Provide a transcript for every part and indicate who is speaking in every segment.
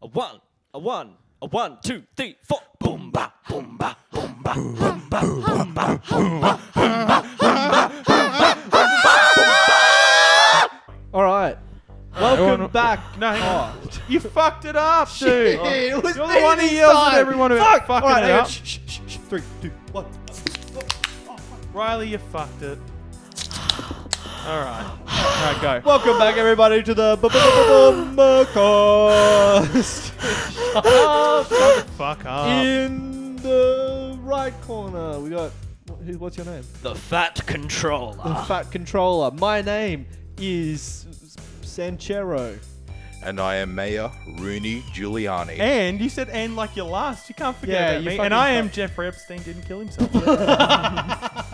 Speaker 1: one, a one, a one, two, three, four. Boom ba, boom ba, boom ba, boom ba, boom ba, boom ba.
Speaker 2: All right. Welcome
Speaker 3: Everyone-
Speaker 2: back.
Speaker 3: No, hang on. you fucked it up, dude.
Speaker 2: Oh. It was
Speaker 3: You're
Speaker 2: me
Speaker 3: the one who
Speaker 2: this
Speaker 3: yells at
Speaker 2: time.
Speaker 3: everyone who
Speaker 2: Fuck.
Speaker 3: fucking
Speaker 2: All right,
Speaker 3: it
Speaker 2: hang on.
Speaker 3: up.
Speaker 2: Shh, shh, shh, shh. Three, two, one.
Speaker 3: Riley, you fucked it. All right. All right, go.
Speaker 2: Welcome back, everybody, to the Bumbacast.
Speaker 3: Fuck up.
Speaker 2: In the right corner, we got. what- who- What's your name?
Speaker 1: The fat controller.
Speaker 2: Fat controller. My name is Sanchero.
Speaker 4: And I am Mayor Rooney Giuliani.
Speaker 3: And you said and like your last. You can't forget
Speaker 2: Yeah,
Speaker 3: about
Speaker 2: you
Speaker 3: me.
Speaker 2: fucking
Speaker 3: And I am
Speaker 2: fucked.
Speaker 3: Jeffrey Epstein. Didn't kill himself.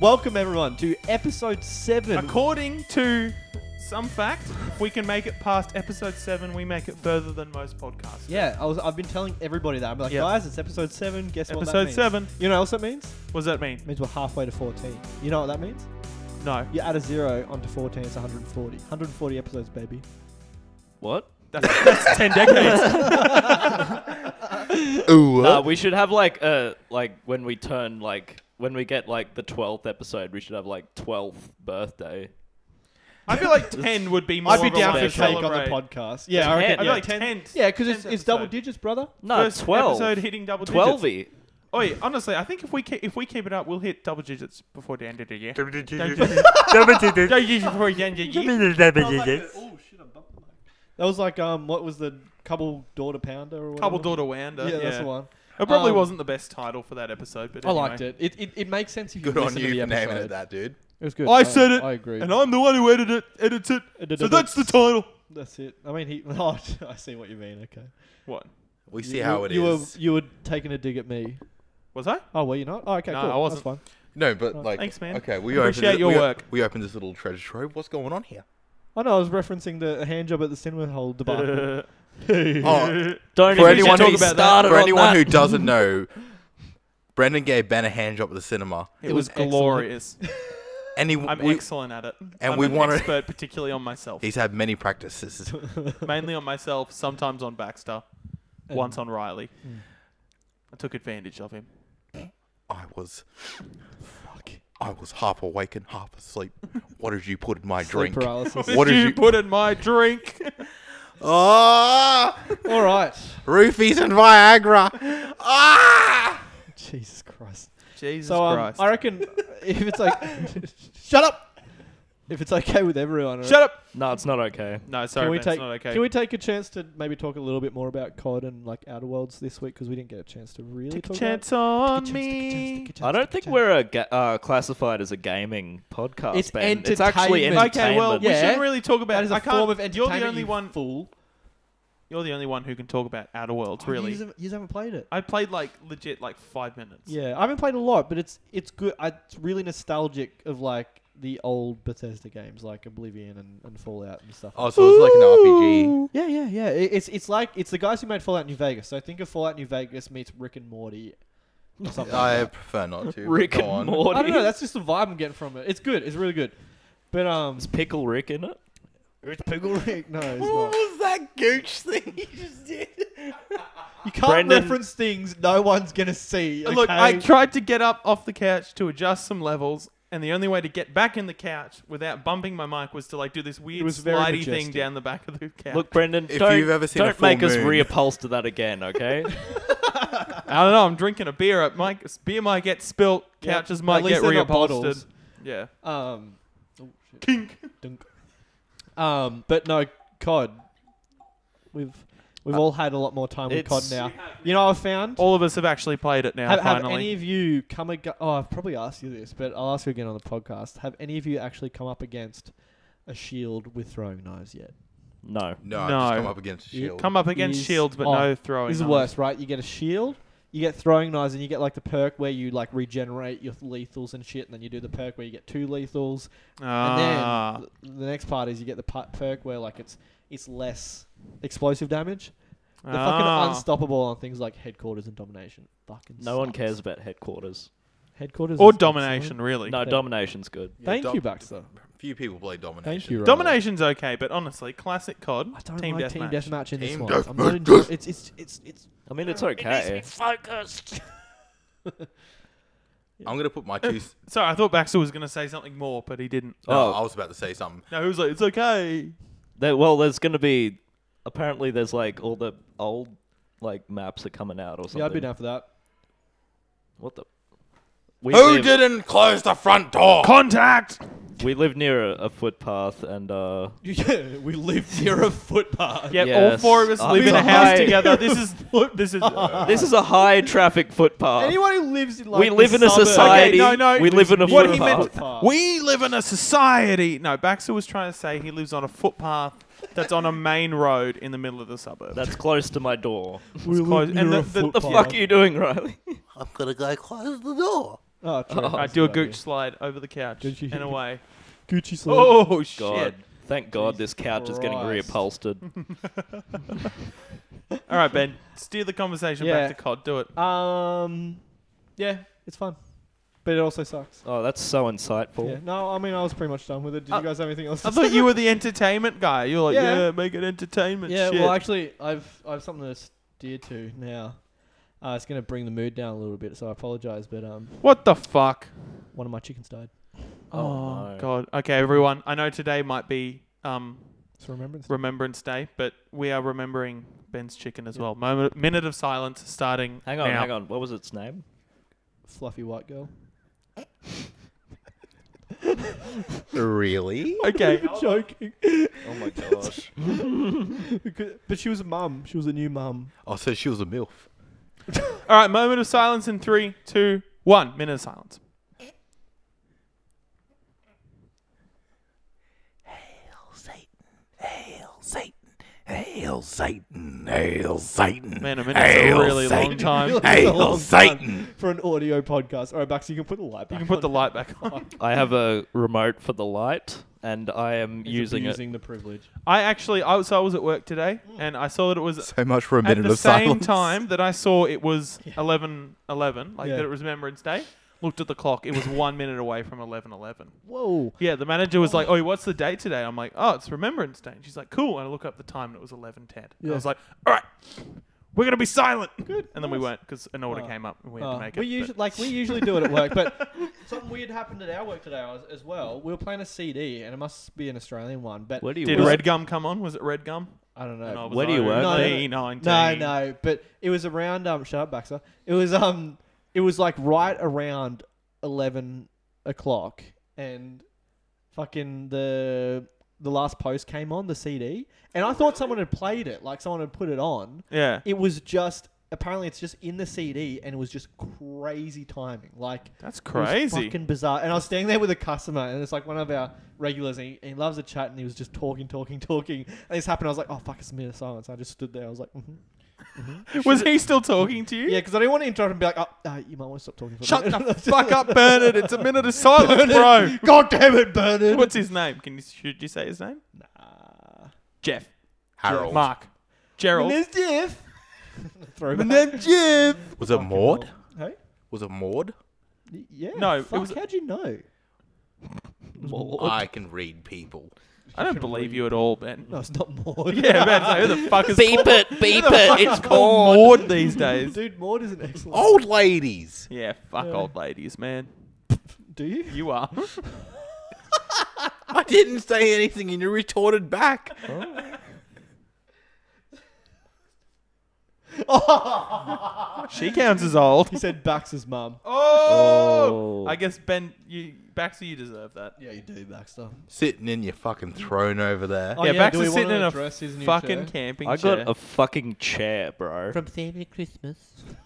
Speaker 2: Welcome, everyone, to episode seven.
Speaker 3: According to some fact, if we can make it past episode seven, we make it further than most podcasts.
Speaker 2: Yeah, I was. I've been telling everybody that. I'm like,
Speaker 3: Yeah.
Speaker 2: guys, it's episode seven. Guess what? that
Speaker 3: Episode
Speaker 2: means?"
Speaker 3: seven.
Speaker 2: You know what else that means? It
Speaker 3: What does that mean?
Speaker 2: means we're halfway to 14. You know what that means?
Speaker 3: No.
Speaker 2: You add a zero onto 14, it's 140. 140 episodes, baby.
Speaker 1: What?
Speaker 3: That's, that's ten decades.
Speaker 4: Ooh.
Speaker 1: Uh, we should have like uh like when we turn like when we get like the twelfth episode, we should have like twelfth birthday.
Speaker 3: I feel like ten would be more.
Speaker 2: I'd be
Speaker 3: of a
Speaker 2: down for
Speaker 3: way
Speaker 2: a
Speaker 3: to
Speaker 2: cake on the
Speaker 3: celebrate.
Speaker 2: podcast. Yeah,
Speaker 1: Ten.
Speaker 2: I reckon.
Speaker 3: I'd be
Speaker 1: Yeah.
Speaker 3: like ten.
Speaker 2: Yeah, because it's,
Speaker 3: tenth
Speaker 2: it's double
Speaker 3: episode.
Speaker 2: digits, Ah, brother.
Speaker 1: No,
Speaker 3: First
Speaker 1: twelve.
Speaker 3: episode hitting double digits.
Speaker 1: Twelvey.
Speaker 3: Oh yeah, honestly, I think if we keep, if we keep it up, we'll hit double digits before the end of the year. double digits before the end
Speaker 5: Double
Speaker 3: of the year.
Speaker 5: digits.
Speaker 3: oh,
Speaker 2: That was like, um, what was the couple daughter pounder or whatever?
Speaker 3: Double daughter Wanda.
Speaker 2: Yeah, that's the one.
Speaker 3: It probably
Speaker 2: Um,
Speaker 3: wasn't the best title for that episode, but
Speaker 2: I
Speaker 3: anyway.
Speaker 2: liked it. It, it. it makes sense if you
Speaker 4: Good on
Speaker 2: listen to the
Speaker 4: you for naming
Speaker 2: episode.
Speaker 4: it that, dude.
Speaker 2: It was good.
Speaker 3: I said it,
Speaker 2: I agree.
Speaker 3: And I'm the one who edited it, edits it.
Speaker 2: Edited
Speaker 3: So
Speaker 2: it.
Speaker 3: that's the title.
Speaker 2: That's it. I mean, he. Oh, I see what you mean. Okay.
Speaker 3: What?
Speaker 4: We see
Speaker 2: you,
Speaker 4: how it is.
Speaker 2: you Were, you were taking a dig at me.
Speaker 3: Was I?
Speaker 2: Oh, were you not? Oh, okay,
Speaker 3: No,
Speaker 2: cool.
Speaker 3: I wasn't.
Speaker 2: That's fine.
Speaker 4: no, but like,
Speaker 3: Thanks, man.
Speaker 4: Okay, we
Speaker 3: Appreciate
Speaker 4: opened it-
Speaker 3: your
Speaker 4: we o-
Speaker 3: work.
Speaker 4: We opened this little treasure trove. What's going on here?
Speaker 2: I know I was referencing the hand job at the cinema hole debacle.
Speaker 4: Oh,
Speaker 1: Don't
Speaker 4: for
Speaker 1: even
Speaker 4: anyone,
Speaker 1: get
Speaker 4: who,
Speaker 1: me started
Speaker 4: for
Speaker 1: on
Speaker 4: anyone who
Speaker 1: that.
Speaker 4: doesn't know, Brendan gave Ben a hand job at the cinema,
Speaker 3: it was
Speaker 2: excellent.
Speaker 3: glorious.
Speaker 4: and he
Speaker 3: I'm
Speaker 4: we,
Speaker 3: excellent at it.
Speaker 4: and
Speaker 3: I'm
Speaker 4: we
Speaker 3: an
Speaker 4: wanna-
Speaker 3: expert, particularly on myself.
Speaker 4: he's had many practices.
Speaker 3: Mainly on myself, sometimes on Baxter, once on Riley. I took advantage of him.
Speaker 4: I was, I was half awake and half asleep. What did you put in my
Speaker 2: Sleep
Speaker 4: drink?
Speaker 2: paralysis.
Speaker 4: What did
Speaker 3: you,
Speaker 4: you-
Speaker 3: put in my drink?
Speaker 4: Ah,
Speaker 2: All right.
Speaker 4: roofies and Viagra. Ah.
Speaker 2: Jesus Christ.
Speaker 3: Jesus
Speaker 2: So um,
Speaker 3: Christ.
Speaker 2: I reckon if it's like, shut up. If it's okay with everyone,
Speaker 3: Shut up!
Speaker 1: No, it's not okay.
Speaker 3: No, sorry,
Speaker 2: Can we
Speaker 3: Ben,
Speaker 2: take?
Speaker 3: it's not okay.
Speaker 2: Can we take a chance to maybe talk a little bit more about COD and like Outer Worlds this week because we didn't get a chance to really
Speaker 3: take a
Speaker 2: talk
Speaker 3: chance
Speaker 2: about
Speaker 3: on
Speaker 2: it. Take a chance, take a chance,
Speaker 3: me?
Speaker 2: take a chance,
Speaker 1: I
Speaker 2: take
Speaker 1: don't
Speaker 2: a
Speaker 1: think
Speaker 2: chance.
Speaker 1: we're a ga- uh, classified as a gaming podcast.
Speaker 2: It's
Speaker 1: ben. It's actually entertainment.
Speaker 2: entertainment.
Speaker 3: Okay, well, we
Speaker 2: Yeah.
Speaker 3: shouldn't really talk about
Speaker 2: That is
Speaker 3: I
Speaker 2: a
Speaker 3: can't,
Speaker 2: form of
Speaker 3: You're
Speaker 2: entertainment.
Speaker 3: the only
Speaker 2: you
Speaker 3: one.
Speaker 2: fool.
Speaker 3: You're the only one who can talk about Outer Worlds.
Speaker 2: Oh,
Speaker 3: Really,
Speaker 2: You just, you just haven't played it.
Speaker 3: I played like legit like five minutes.
Speaker 2: Yeah, I haven't played a lot, but it's it's good. I, it's really nostalgic of like the old Bethesda games, like Oblivion and, and Fallout and stuff.
Speaker 4: Oh, so it's like an RPG.
Speaker 2: Yeah, yeah, yeah. It, it's it's like it's the guys who made Fallout New Vegas. So think of Fallout New Vegas meets Rick and Morty. Or something like
Speaker 4: I
Speaker 2: that.
Speaker 4: prefer not to. but
Speaker 1: Rick
Speaker 4: go
Speaker 1: and
Speaker 4: on.
Speaker 1: Morty.
Speaker 2: I don't know. That's just the vibe I'm getting from it. It's good. It's really good. But um,
Speaker 1: Is Pickle Rick in it?
Speaker 2: it's Pickle Rick. No, it's not.
Speaker 4: was that gooch thing you just did?
Speaker 2: You can't
Speaker 1: Brendan-
Speaker 2: reference things no one's gonna see.
Speaker 3: Look, I
Speaker 2: okay?
Speaker 3: tried to get up off the couch to adjust some levels, and the only way to get back in the couch without bumping my mic was to like do this weird
Speaker 2: was very
Speaker 3: slidey thing
Speaker 2: majestic.
Speaker 3: down the back of the couch.
Speaker 1: Look, Brendan,
Speaker 4: If
Speaker 1: don't,
Speaker 4: you've ever seen a
Speaker 1: don't
Speaker 4: full
Speaker 1: make us
Speaker 4: moon.
Speaker 1: reupholster that again, okay?
Speaker 3: I don't know. I'm drinking a beer. It might beer might get spilt.
Speaker 2: Yeah,
Speaker 3: Couches
Speaker 2: at
Speaker 3: might get
Speaker 2: least they're
Speaker 3: reupholstered.
Speaker 2: not bottles.
Speaker 3: Yeah,
Speaker 2: um, oh shit.
Speaker 3: kink.
Speaker 2: Dunk. Um, but no, COD. We've we've all had a lot more time with COD
Speaker 1: It's-
Speaker 2: now. You know, I've found.
Speaker 3: Uh, All of us have actually played it now.
Speaker 2: Have, have
Speaker 3: finally,
Speaker 2: any of you come? Ag- oh, I've probably asked you this, but I'll ask you again on the podcast. Have any of you actually come up against a shield with throwing knives yet?
Speaker 1: no.
Speaker 4: No, I've just
Speaker 3: No.
Speaker 4: come up against a
Speaker 2: You
Speaker 4: shield.
Speaker 3: come up against
Speaker 2: Is-
Speaker 3: shields, but
Speaker 2: oh,
Speaker 3: no throwing.
Speaker 2: This is
Speaker 3: knives.
Speaker 2: worse, right? You get a shield, you get throwing knives, and you get like the perk where you like regenerate your lethals and shit, and then you do the perk where you get two lethals,
Speaker 3: Ah.
Speaker 2: and then th- the next part is you get the pu- perk where like it's it's less explosive damage. They're
Speaker 3: Ah.
Speaker 2: fucking unstoppable on things like headquarters and domination. Fucking
Speaker 1: No one
Speaker 2: sucks.
Speaker 1: cares about headquarters.
Speaker 2: Headquarters
Speaker 3: Or
Speaker 2: is excellent.
Speaker 3: domination, really.
Speaker 1: No, domination's good.
Speaker 4: Yeah,
Speaker 2: Thank
Speaker 4: dom-
Speaker 2: you, Baxter.
Speaker 4: Few people play domination.
Speaker 2: Thank you. Riley.
Speaker 3: Domination's okay, but honestly, classic COD.
Speaker 2: I don't
Speaker 3: team
Speaker 2: like team
Speaker 3: deathmatch.
Speaker 2: deathmatch in this
Speaker 4: Team
Speaker 2: one. I'm not enjoy- it's it's it's it's
Speaker 1: I mean, it's okay.
Speaker 5: focused.
Speaker 4: I'm gonna put my two. s-
Speaker 3: Sorry, I thought Baxter was going to say something more, but he didn't.
Speaker 4: No,
Speaker 1: Oh.
Speaker 4: I was about to say something.
Speaker 3: No, he was like, it's okay.
Speaker 1: There, well, there's going to be. Apparently, there's like all the old like maps are coming out or something.
Speaker 2: yeah. I'd be down for that.
Speaker 1: What the? We
Speaker 4: Who
Speaker 1: live,
Speaker 4: didn't close the front door?
Speaker 3: Contact!
Speaker 1: We live near a, a footpath, and uh,
Speaker 2: Yeah, we live near a footpath.
Speaker 3: Yep, all
Speaker 1: Yes.
Speaker 3: four of us
Speaker 1: Uh,
Speaker 3: live in a
Speaker 1: it's a
Speaker 3: house
Speaker 1: high-
Speaker 3: together. This is this is
Speaker 1: this is a high traffic footpath.
Speaker 2: Anyone who lives in like
Speaker 1: we
Speaker 2: the
Speaker 1: live in a
Speaker 2: suburbs-
Speaker 1: society.
Speaker 3: no, no,
Speaker 1: we live in a
Speaker 3: what
Speaker 1: footpath.
Speaker 3: he meant-
Speaker 2: Footpath.
Speaker 3: We live in a society. No, Baxter was trying to say he lives on a footpath that's on a main road in the middle of the suburb.
Speaker 1: That's close to my door.
Speaker 2: We live
Speaker 3: close.
Speaker 2: near
Speaker 3: And the-
Speaker 2: a
Speaker 3: the- the
Speaker 1: the
Speaker 2: footpath.
Speaker 1: fuck are you doing, Riley?
Speaker 4: I'm gonna go close the door.
Speaker 2: Oh, true.
Speaker 1: Oh,
Speaker 3: I
Speaker 2: That's
Speaker 3: do a
Speaker 2: good
Speaker 3: gooch slide over the couch
Speaker 2: Did you-
Speaker 3: and away.
Speaker 2: idea. Gucci slip.
Speaker 3: Oh shit!
Speaker 1: God, thank God
Speaker 2: Jesus
Speaker 1: this couch is getting
Speaker 2: Christ.
Speaker 1: reupholstered.
Speaker 3: All right, Ben, steer the conversation
Speaker 2: Yeah.
Speaker 3: back to COD. Do it.
Speaker 2: Um, yeah, it's fun, but it also sucks.
Speaker 1: Oh, that's so insightful.
Speaker 2: Yeah. No, I mean I was pretty much done with it. Did
Speaker 3: Uh,
Speaker 2: you guys have anything else?
Speaker 3: I
Speaker 2: to
Speaker 3: thought
Speaker 2: say?
Speaker 3: you were the entertainment guy. You're like, yeah,
Speaker 2: Yeah.
Speaker 3: make it entertainment.
Speaker 2: Yeah.
Speaker 3: shit.
Speaker 2: Well, actually, I've I've something to steer to now. Uh, it's gonna bring the mood down a little bit, so I apologize. But um,
Speaker 3: what the fuck?
Speaker 2: one of my chickens died.
Speaker 1: Oh,
Speaker 3: Oh,
Speaker 1: no.
Speaker 3: God. Okay, everyone. I know today might be um,
Speaker 2: So remembrance.
Speaker 3: Remembrance Day, but we are remembering Ben's chicken as well. Moment, minute of silence starting.
Speaker 1: Hang on,
Speaker 3: now.
Speaker 1: hang on. What was its name?
Speaker 2: Fluffy white girl.
Speaker 4: Really?
Speaker 3: Okay.
Speaker 2: I'm joking.
Speaker 1: Oh my gosh.
Speaker 2: Because- but she was a mum. She was a new mum.
Speaker 4: Oh, so she was a milf.
Speaker 3: All right, moment of silence in three, two, one. Minute of silence.
Speaker 4: Satan, hail Satan, hail Satan, hail Satan.
Speaker 3: Man, a minute's a really long time. You
Speaker 2: It's a long
Speaker 4: Hail Satan.
Speaker 2: time for an audio podcast. All right, Bax, you can put the light back.
Speaker 3: can put the light back on.
Speaker 1: I have a remote for the light, and I am
Speaker 2: He's
Speaker 1: using it.
Speaker 2: abusing the privilege.
Speaker 3: I actually, I was, so I was at work today, and I saw that it was
Speaker 4: So much for a
Speaker 3: at
Speaker 4: Mm. minute
Speaker 3: the
Speaker 4: of
Speaker 3: same
Speaker 4: silence.
Speaker 3: time that I saw it was eleven eleven, like
Speaker 2: Yeah.
Speaker 3: that it was Remembrance Day. Looked at the clock; it was one minute away from eleven eleven.
Speaker 2: Whoa.
Speaker 3: Yeah, the manager was like, "Oh, what's the date today?" I'm like, "Oh, it's Remembrance Day." And she's like, "Cool." And I look up the time, and it was eleven ten. I
Speaker 2: Yeah.
Speaker 3: was like, "All right, we're gonna be silent."
Speaker 2: Good.
Speaker 3: And then we
Speaker 2: nice.
Speaker 3: weren't because an order
Speaker 2: Oh.
Speaker 3: came up and we had
Speaker 2: Uh,
Speaker 3: to make it.
Speaker 2: we
Speaker 3: but-
Speaker 2: usually like we usually do it at work, but something weird happened at our work today as, as well. We were playing a CD, and it must be an Australian one, but
Speaker 1: Where do you
Speaker 3: Did
Speaker 1: work? Uh,
Speaker 3: red gum come on? Was it red gum?
Speaker 2: I don't
Speaker 3: And I
Speaker 2: know.
Speaker 3: was
Speaker 1: Where do you work,
Speaker 2: No,
Speaker 3: only
Speaker 2: no,
Speaker 3: 19.
Speaker 2: No, no, but it was around. Um, shut up, Baxter. It was um, it was like right around eleven o'clock, and fucking the the last post came on the CD, and I thought someone had played it, like someone had put it on.
Speaker 3: Yeah,
Speaker 2: It was just apparently it's just in the CD, and it was just crazy timing, like.
Speaker 3: that's
Speaker 2: It was
Speaker 3: crazy.
Speaker 2: fucking bizarre. And I was standing there with a customer, and it's like one of our regulars, and he, he loves a chat, and he was just talking, talking, talking. And this happened. I was like, oh, fuck, it's a minute of silence. I just stood there. I was like, mhm.
Speaker 3: Was he still talking to you?
Speaker 2: yeah, because I didn't want to interrupt and be like, oh, uh, you might want to stop talking. For
Speaker 3: Shut
Speaker 2: a minute.
Speaker 3: the fuck up, Bernard. It's a minute of silence, bro.
Speaker 2: God damn it, Bernard.
Speaker 3: What's his name? Can you should you say his name?
Speaker 2: Nah.
Speaker 3: Jeff.
Speaker 4: Harold.
Speaker 3: Mark. Gerald.
Speaker 2: There's Jeff. Throwback.
Speaker 3: Jeff.
Speaker 4: Was it Maud?
Speaker 2: Hey?
Speaker 4: Was it Maud?
Speaker 2: Y- Yeah.
Speaker 3: No, it
Speaker 2: fuck,
Speaker 3: was-
Speaker 2: How'd you know?
Speaker 4: I can read people.
Speaker 3: I don't believe you at all, Ben.
Speaker 2: No, it's not Maud.
Speaker 3: Yeah, Ben. So who the fuck is
Speaker 1: Beep it, beep it. It's
Speaker 3: called
Speaker 1: called.
Speaker 3: Maud these days?
Speaker 2: Dude, Maud is an excellent.
Speaker 3: Oh.
Speaker 4: Old ladies.
Speaker 3: Yeah, fuck
Speaker 2: Yeah.
Speaker 3: old ladies, man.
Speaker 2: Do you?
Speaker 3: You are.
Speaker 4: I didn't say anything and you retorted back.
Speaker 3: she counts as old.
Speaker 2: He said Baxter's mum.
Speaker 3: Oh!
Speaker 1: Oh.
Speaker 3: I guess Ben, you Baxter, you deserve that.
Speaker 2: Yeah, you do, Baxter.
Speaker 4: Sitting in your fucking throne over there.
Speaker 2: Oh,
Speaker 3: yeah,
Speaker 2: yeah, do we
Speaker 3: Baxter's
Speaker 2: wanna
Speaker 3: sitting in a
Speaker 2: address his new
Speaker 3: fucking
Speaker 2: chair?
Speaker 3: camping
Speaker 1: I
Speaker 3: chair
Speaker 1: got a fucking chair, bro. From,
Speaker 5: Family Christmas.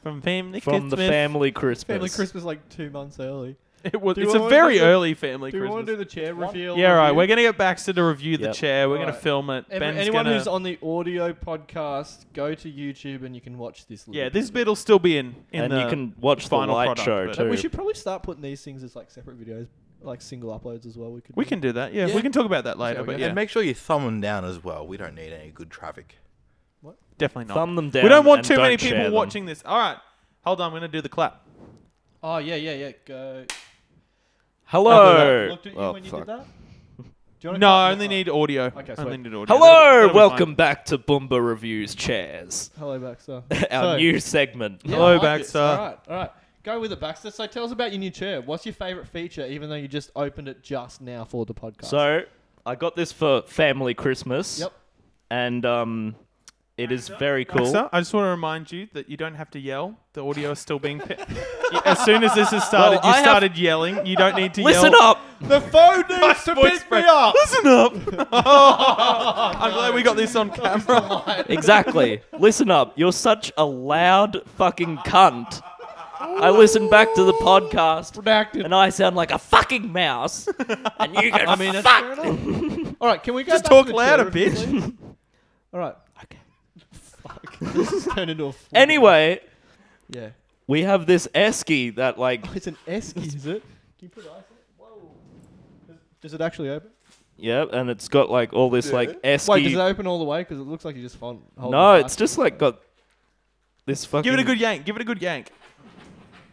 Speaker 3: from family
Speaker 1: the
Speaker 3: Christmas.
Speaker 1: family Christmas.
Speaker 2: Family Christmas like two months early.
Speaker 3: It was,
Speaker 2: Do you
Speaker 3: it's a
Speaker 2: wanna
Speaker 3: very
Speaker 2: do the-
Speaker 3: early family
Speaker 2: Do we
Speaker 3: Christmas.
Speaker 2: want to do the chair reveal?
Speaker 3: yeah, right.
Speaker 2: review?
Speaker 3: We're gonna get Baxter to review the
Speaker 1: Yep.
Speaker 3: chair. We're gonna
Speaker 2: Alright.
Speaker 3: film it.
Speaker 2: Every-
Speaker 3: Ben's
Speaker 2: anyone
Speaker 3: gonna,
Speaker 2: who's on the audio podcast, go to YouTube and you can watch this. little
Speaker 3: yeah, this
Speaker 2: video.
Speaker 3: bit'll still be in. in
Speaker 1: and
Speaker 3: the,
Speaker 1: you can watch the
Speaker 3: final
Speaker 1: light
Speaker 3: product,
Speaker 1: show
Speaker 3: but-
Speaker 1: too.
Speaker 2: Like, we should probably start putting these things as like separate videos, like single uploads as well. We could.
Speaker 3: We
Speaker 2: do.
Speaker 3: can do that. Yeah, we
Speaker 4: Yeah.
Speaker 3: can talk about that later.
Speaker 2: we
Speaker 3: But
Speaker 2: go.
Speaker 3: yeah,
Speaker 4: And make sure you thumb them down as well. We don't need any good traffic.
Speaker 3: definitely not.
Speaker 1: Thumb them down.
Speaker 3: we don't want
Speaker 1: and
Speaker 3: too many
Speaker 1: don't share
Speaker 3: people
Speaker 1: them.
Speaker 3: watching this. All right, hold on. I'm gonna do the clap.
Speaker 2: Oh yeah, yeah, yeah. Go.
Speaker 1: Hello.
Speaker 2: Looked at you
Speaker 1: oh,
Speaker 2: when you
Speaker 1: fuck.
Speaker 2: did that. Do you want
Speaker 3: No, I only need audio.
Speaker 2: Okay,
Speaker 3: I only
Speaker 2: sweet.
Speaker 3: need audio. That'll-
Speaker 1: Hello,
Speaker 3: that'll be
Speaker 1: welcome
Speaker 3: fine.
Speaker 1: back to Boomba Reviews Chairs,
Speaker 2: Hello, Baxter.
Speaker 1: our
Speaker 2: So-
Speaker 1: new segment.
Speaker 2: Yeah, I
Speaker 3: Hello,
Speaker 2: like it.
Speaker 3: Baxter.
Speaker 2: All right, all right. Go with it, Baxter. So tell us about your new chair. What's your favorite feature, even though you just opened it just now for the podcast?
Speaker 1: So, I got this for family Christmas.
Speaker 2: Yep.
Speaker 1: And um, it is very cool.
Speaker 3: Alexa, I just want to remind you that you don't have to yell. The audio is still being. Pi- as soon as this is started,
Speaker 1: Well, I
Speaker 3: you
Speaker 1: have-
Speaker 3: started yelling. You don't need to
Speaker 1: Listen
Speaker 3: yell.
Speaker 1: up!
Speaker 2: the phone needs to
Speaker 3: voice
Speaker 2: pick me up.
Speaker 3: Listen up. I'm glad we got this on camera.
Speaker 1: Exactly. Listen up. You're such a loud fucking cunt. I listen back to the podcast
Speaker 2: Redacted.
Speaker 1: and I sound like a fucking mouse. And you go,
Speaker 2: I mean, that's fair
Speaker 1: fuck!
Speaker 2: enough. All right, can we go
Speaker 3: Just
Speaker 2: back
Speaker 3: talk
Speaker 2: to the
Speaker 3: louder,
Speaker 2: chair review,
Speaker 3: bitch.
Speaker 2: please? All right. Okay. Fuck. This has turned into a. full-
Speaker 1: Anyway,
Speaker 2: Yeah.
Speaker 1: we have this Esky that, like,
Speaker 2: Oh, it's an Esky, is it? Can you put ice on it? Whoa. Does- Does it actually open?
Speaker 1: yeah, and it's got, like, all this, like, Esky.
Speaker 2: Wait, does it open all the way? Because it looks like you just font.
Speaker 1: no, it's just, like, got this fucking.
Speaker 3: Give it a good yank. Give it a good yank.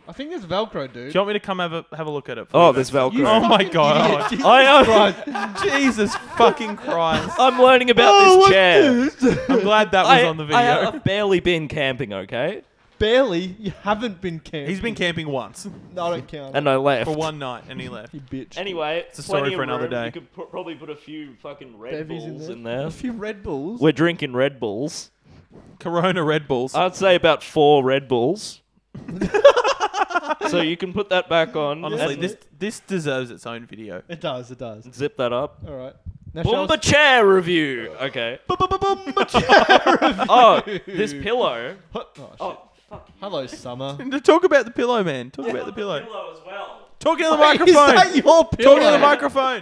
Speaker 2: I think there's Velcro, dude.
Speaker 3: Do you want me to come have a have a look at it? for
Speaker 1: Oh,
Speaker 3: you,
Speaker 1: there's
Speaker 3: mate?
Speaker 1: Velcro.
Speaker 3: Oh my god.
Speaker 1: I am.
Speaker 3: Jesus fucking Christ.
Speaker 1: I'm learning about this chair.
Speaker 3: I'm glad that was
Speaker 1: I,
Speaker 3: on the video.
Speaker 1: I have barely been camping, okay?
Speaker 2: Barely. You haven't been camping.
Speaker 3: He's been camping once
Speaker 2: No, I don't count.
Speaker 1: And I left.
Speaker 3: for one night and he left.
Speaker 2: you bitch.
Speaker 1: Anyway,
Speaker 3: a story
Speaker 1: plenty
Speaker 3: for
Speaker 1: of
Speaker 3: another
Speaker 1: room.
Speaker 3: day.
Speaker 1: You could pu- probably put a few fucking Red
Speaker 2: Bevies in
Speaker 1: Bulls
Speaker 2: there.
Speaker 1: in there.
Speaker 2: A few Red Bulls.
Speaker 1: We're drinking Red Bulls.
Speaker 3: Corona Red Bulls.
Speaker 1: I'd say about four Red Bulls. so you can put that back on.
Speaker 3: Honestly,
Speaker 1: and
Speaker 3: this this deserves its own video.
Speaker 2: It does. It does.
Speaker 1: zip that up.
Speaker 2: All right. Now show us-
Speaker 1: Boomba chair review. Okay. Oh, this pillow.
Speaker 2: Oh, shit.
Speaker 1: Oh, fuck.
Speaker 2: Hello, Summer.
Speaker 3: And to talk about the pillow, man. Talk about the pillow.
Speaker 1: as well.
Speaker 3: Talking to the
Speaker 2: Is
Speaker 3: microphone.
Speaker 2: that your pillow?
Speaker 3: Talking to the microphone.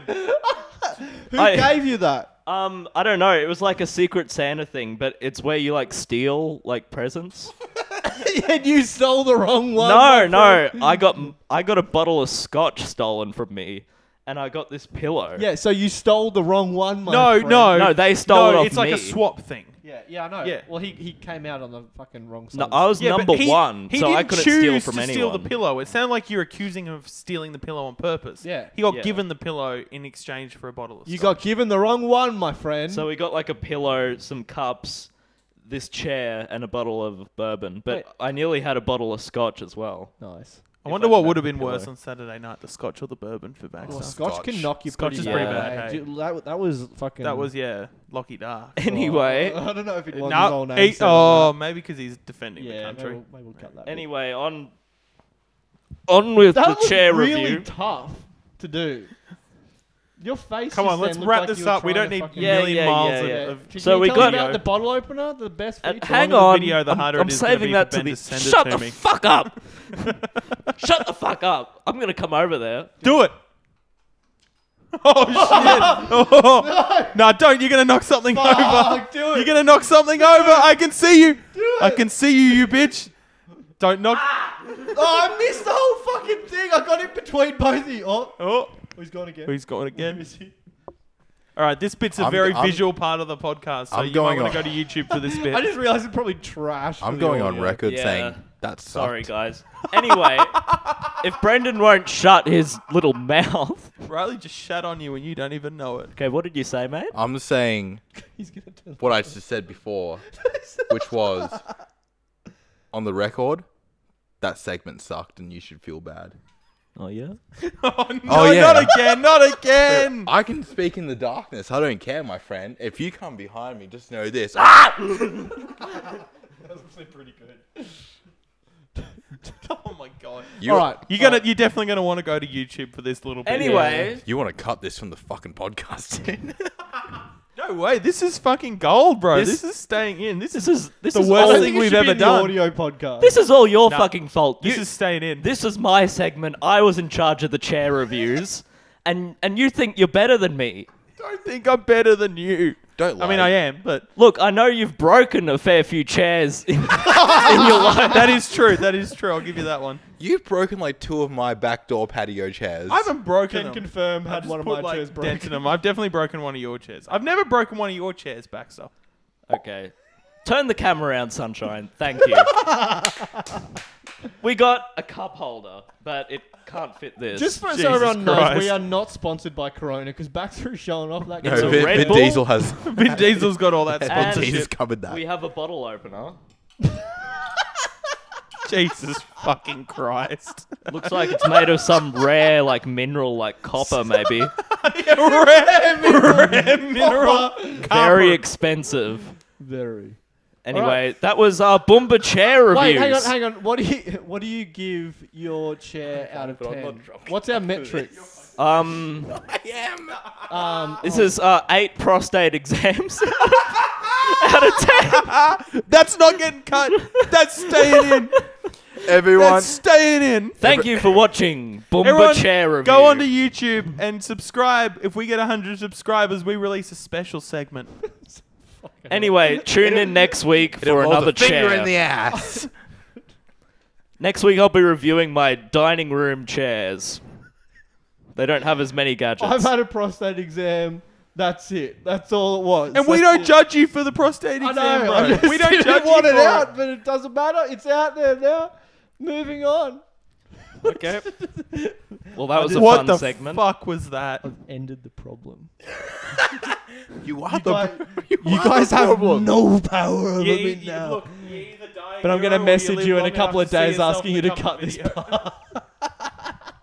Speaker 2: Who
Speaker 1: I-
Speaker 2: gave you that?
Speaker 1: Um, I don't know. It was like a Secret Santa thing, but it's where you like steal like presents.
Speaker 2: and you stole the wrong one.
Speaker 1: no, no. I got I got a bottle of scotch stolen from me, and I got this pillow.
Speaker 2: Yeah, so you stole the wrong one, my
Speaker 3: No,
Speaker 2: friend.
Speaker 3: no.
Speaker 1: No, they stole it
Speaker 3: no,
Speaker 1: off
Speaker 3: It's like a
Speaker 1: me.
Speaker 3: swap thing.
Speaker 2: Yeah, yeah, I know.
Speaker 3: Yeah.
Speaker 2: Well, he, he came out on the fucking wrong side.
Speaker 1: No,
Speaker 2: of the
Speaker 1: I was
Speaker 3: Yeah, but
Speaker 1: number
Speaker 3: he-
Speaker 1: one,
Speaker 3: he
Speaker 1: so I
Speaker 3: didn't
Speaker 1: couldn't
Speaker 3: choose
Speaker 1: steal from
Speaker 3: to
Speaker 1: anyone.
Speaker 3: steal the pillow. It sounded like you're accusing him of stealing the pillow on purpose.
Speaker 2: Yeah.
Speaker 3: He got
Speaker 1: Yeah.
Speaker 3: given the pillow in exchange for a bottle of
Speaker 2: You
Speaker 3: scotch.
Speaker 2: got given the wrong one, my friend.
Speaker 1: So we got like a pillow, some cups, this chair, and a bottle of bourbon. But
Speaker 2: Wait.
Speaker 1: I nearly had a bottle of scotch as well.
Speaker 2: nice.
Speaker 3: I
Speaker 1: if
Speaker 3: wonder
Speaker 1: I
Speaker 3: what
Speaker 1: didn't
Speaker 3: would
Speaker 1: have
Speaker 3: have
Speaker 1: the
Speaker 3: been worse
Speaker 1: pillow.
Speaker 3: on Saturday night, the scotch or the bourbon for Baxter.
Speaker 2: Well, Oh, Scotch, can knock you
Speaker 3: Scotch
Speaker 2: pretty
Speaker 3: is
Speaker 1: pretty
Speaker 2: bad.
Speaker 3: bad,
Speaker 2: Dude, that, that was fucking.
Speaker 3: That was, yeah, Locky Dark.
Speaker 1: Anyway,
Speaker 2: I don't know if it was his
Speaker 3: no,
Speaker 2: old name.
Speaker 3: he,
Speaker 2: so-
Speaker 3: oh, maybe because he's defending
Speaker 2: yeah,
Speaker 3: the country.
Speaker 2: Maybe we'll, maybe we'll cut that. bit.
Speaker 1: anyway, on on with
Speaker 2: that
Speaker 1: the
Speaker 2: was
Speaker 1: chair
Speaker 2: really
Speaker 1: review.
Speaker 2: tough to do. Your face.
Speaker 3: Come
Speaker 2: just
Speaker 3: on, let's
Speaker 2: then looked
Speaker 3: wrap
Speaker 2: like
Speaker 3: this
Speaker 2: you were
Speaker 3: up. We don't
Speaker 2: trying to
Speaker 3: need
Speaker 2: fucking-
Speaker 1: Yeah,
Speaker 3: million uh,
Speaker 1: yeah,
Speaker 3: miles
Speaker 1: yeah,
Speaker 3: of-
Speaker 1: yeah.
Speaker 3: of.
Speaker 2: Can
Speaker 1: So
Speaker 2: you
Speaker 1: we
Speaker 2: tell
Speaker 1: got-
Speaker 2: me about the bottle opener, the best
Speaker 1: Uh,
Speaker 2: feature.
Speaker 1: hang
Speaker 3: the
Speaker 1: on,
Speaker 3: video, the
Speaker 1: I'm,
Speaker 3: harder it
Speaker 1: I'm
Speaker 3: is gonna
Speaker 1: saving
Speaker 3: be
Speaker 1: that
Speaker 3: for
Speaker 1: to
Speaker 3: Ben
Speaker 1: the.
Speaker 3: to send it
Speaker 1: Shut
Speaker 3: to
Speaker 1: the
Speaker 3: me.
Speaker 1: fuck up! Shut the fuck up! I'm gonna come over there.
Speaker 3: Do it. Oh shit! Oh. no, don't. You're gonna knock something over.
Speaker 2: Fuck, do
Speaker 3: You're
Speaker 2: it.
Speaker 3: gonna knock something over. I can see you. I can see you, you bitch. Don't knock.
Speaker 2: Oh, I missed the whole fucking thing. I got in between both of you. Oh,
Speaker 3: Oh,
Speaker 2: he's gone again.
Speaker 3: he's gone
Speaker 2: Where
Speaker 3: again.
Speaker 2: is he?
Speaker 3: All right, this bit's a
Speaker 4: I'm-
Speaker 3: very
Speaker 4: I'm-
Speaker 3: visual part of the podcast, so
Speaker 4: I'm
Speaker 3: you
Speaker 4: going
Speaker 3: might want
Speaker 4: on.
Speaker 3: to go to YouTube for this bit.
Speaker 2: I just realized it's probably trash.
Speaker 4: I'm
Speaker 2: for the
Speaker 4: going on
Speaker 2: audio.
Speaker 4: record
Speaker 1: Yeah.
Speaker 4: saying that sucked.
Speaker 1: Sorry, guys. Anyway, if Brendan won't shut his little mouth,
Speaker 3: Riley just shat on you, and you don't even know it.
Speaker 1: okay, what did you say, mate?
Speaker 4: I'm saying
Speaker 2: He's gonna turn.
Speaker 4: what I just said before, which was on the record. That segment sucked, and you should feel bad.
Speaker 1: Oh yeah.
Speaker 3: Oh no!
Speaker 4: Oh, yeah.
Speaker 3: Not again! Not again!
Speaker 4: I can speak in the darkness. I don't care, my friend. If you come behind me, just know this. Ah!
Speaker 2: That's actually pretty good.
Speaker 3: oh my god!
Speaker 4: You,
Speaker 2: All right.
Speaker 3: You're gonna, you're definitely gonna want to go to YouTube for this little bit.
Speaker 1: Anyway,
Speaker 4: You want to cut this from the fucking podcast?
Speaker 3: no way. This is fucking gold, bro.
Speaker 1: This-
Speaker 3: This, is staying in. This,
Speaker 1: this
Speaker 3: is
Speaker 1: is this
Speaker 3: The
Speaker 1: is
Speaker 3: worst
Speaker 1: all-
Speaker 2: I
Speaker 3: thing
Speaker 2: think it
Speaker 3: we've
Speaker 2: should be
Speaker 3: ever
Speaker 2: in
Speaker 3: done.
Speaker 2: The audio podcast.
Speaker 1: This is all your
Speaker 3: No.
Speaker 1: fucking fault.
Speaker 3: this
Speaker 1: You-
Speaker 3: is staying in.
Speaker 1: this is my segment. I was in charge of the chair reviews, and and you think you're better than me.
Speaker 3: I don't think I'm better than you.
Speaker 4: don't lie.
Speaker 3: I mean, I am, but
Speaker 1: Look, I know you've broken a fair few chairs.
Speaker 3: that is true. That is true. I'll give you that one.
Speaker 4: You've broken like two of my backdoor patio chairs.
Speaker 3: I haven't broken
Speaker 2: can
Speaker 3: them.
Speaker 2: confirm
Speaker 3: I
Speaker 2: had
Speaker 3: just
Speaker 2: one of
Speaker 3: put,
Speaker 2: my
Speaker 3: like,
Speaker 2: chairs
Speaker 3: dents in
Speaker 2: broken.
Speaker 3: them. I've definitely broken one of your chairs. I've never broken one of your chairs, Baxter.
Speaker 1: okay, turn the camera around, sunshine. Thank you. We got a cup holder, but it can't fit this.
Speaker 2: Just for so
Speaker 3: Jesus
Speaker 2: everyone knows, we
Speaker 3: Christ.
Speaker 2: are not sponsored by Corona because Baxter's showing off that.
Speaker 4: No,
Speaker 1: It's a
Speaker 4: Vin,
Speaker 1: Red
Speaker 4: Vin
Speaker 1: Bull?
Speaker 4: Diesel has
Speaker 3: Vin Diesel's got all that
Speaker 1: And-
Speaker 4: Vin Diesel's
Speaker 3: sponsorship.
Speaker 4: covered that.
Speaker 1: we have a bottle opener.
Speaker 3: Jesus fucking Christ.
Speaker 1: Looks like it's made of some rare, like mineral, like copper, maybe.
Speaker 3: Rare mineral.
Speaker 1: Very expensive.
Speaker 2: Very.
Speaker 1: Anyway,
Speaker 2: Alright.
Speaker 1: that was our Boomba chair reviews.
Speaker 2: Wait, hang on, hang on. What do you what do you give your chair out of
Speaker 1: but I'm not
Speaker 2: ten?
Speaker 1: drunk
Speaker 2: What's our metric?
Speaker 1: Um,
Speaker 2: Um,
Speaker 1: this is uh, eight prostate exams out of ten.
Speaker 3: That's not getting cut. That's staying in.
Speaker 4: Everyone,
Speaker 3: That's staying in.
Speaker 1: Thank you for watching Boomba
Speaker 3: Everyone,
Speaker 1: Chair Review.
Speaker 3: Go onto YouTube and subscribe. If we get 100 subscribers, we release a special segment.
Speaker 1: Anyway, tune in next week for
Speaker 4: involves
Speaker 1: another
Speaker 4: a finger
Speaker 1: chair.
Speaker 4: in the ass.
Speaker 1: next week, I'll be reviewing my dining room chairs. They don't have as many gadgets.
Speaker 2: I've had a prostate exam. That's it. That's all it was.
Speaker 3: And we
Speaker 2: That's
Speaker 3: don't
Speaker 2: it.
Speaker 3: judge you for the prostate
Speaker 2: I
Speaker 3: exam,
Speaker 2: know.
Speaker 3: bro.
Speaker 2: I just
Speaker 3: we don't
Speaker 2: didn't
Speaker 3: judge
Speaker 2: want
Speaker 3: you
Speaker 2: it
Speaker 3: for
Speaker 2: out, but it doesn't matter. It's out there now. Moving on.
Speaker 1: okay. Well, that was a
Speaker 3: What
Speaker 1: fun
Speaker 3: the
Speaker 1: segment.
Speaker 3: fuck was that?
Speaker 2: Ended the problem.
Speaker 4: You are
Speaker 2: You
Speaker 4: the
Speaker 2: guys,
Speaker 4: you are the
Speaker 2: have
Speaker 4: problem.
Speaker 2: no power over
Speaker 3: Yeah,
Speaker 2: me
Speaker 3: you- you-
Speaker 2: now.
Speaker 3: look, you either die
Speaker 2: But I'm
Speaker 3: a
Speaker 2: gonna
Speaker 3: hero or
Speaker 2: message
Speaker 3: live
Speaker 2: you in a
Speaker 3: long
Speaker 2: couple
Speaker 3: enough
Speaker 2: of
Speaker 3: to see
Speaker 2: days
Speaker 3: yourself
Speaker 2: asking
Speaker 3: in
Speaker 2: you
Speaker 3: the
Speaker 2: to
Speaker 3: cover
Speaker 2: cut this
Speaker 3: video.
Speaker 2: part.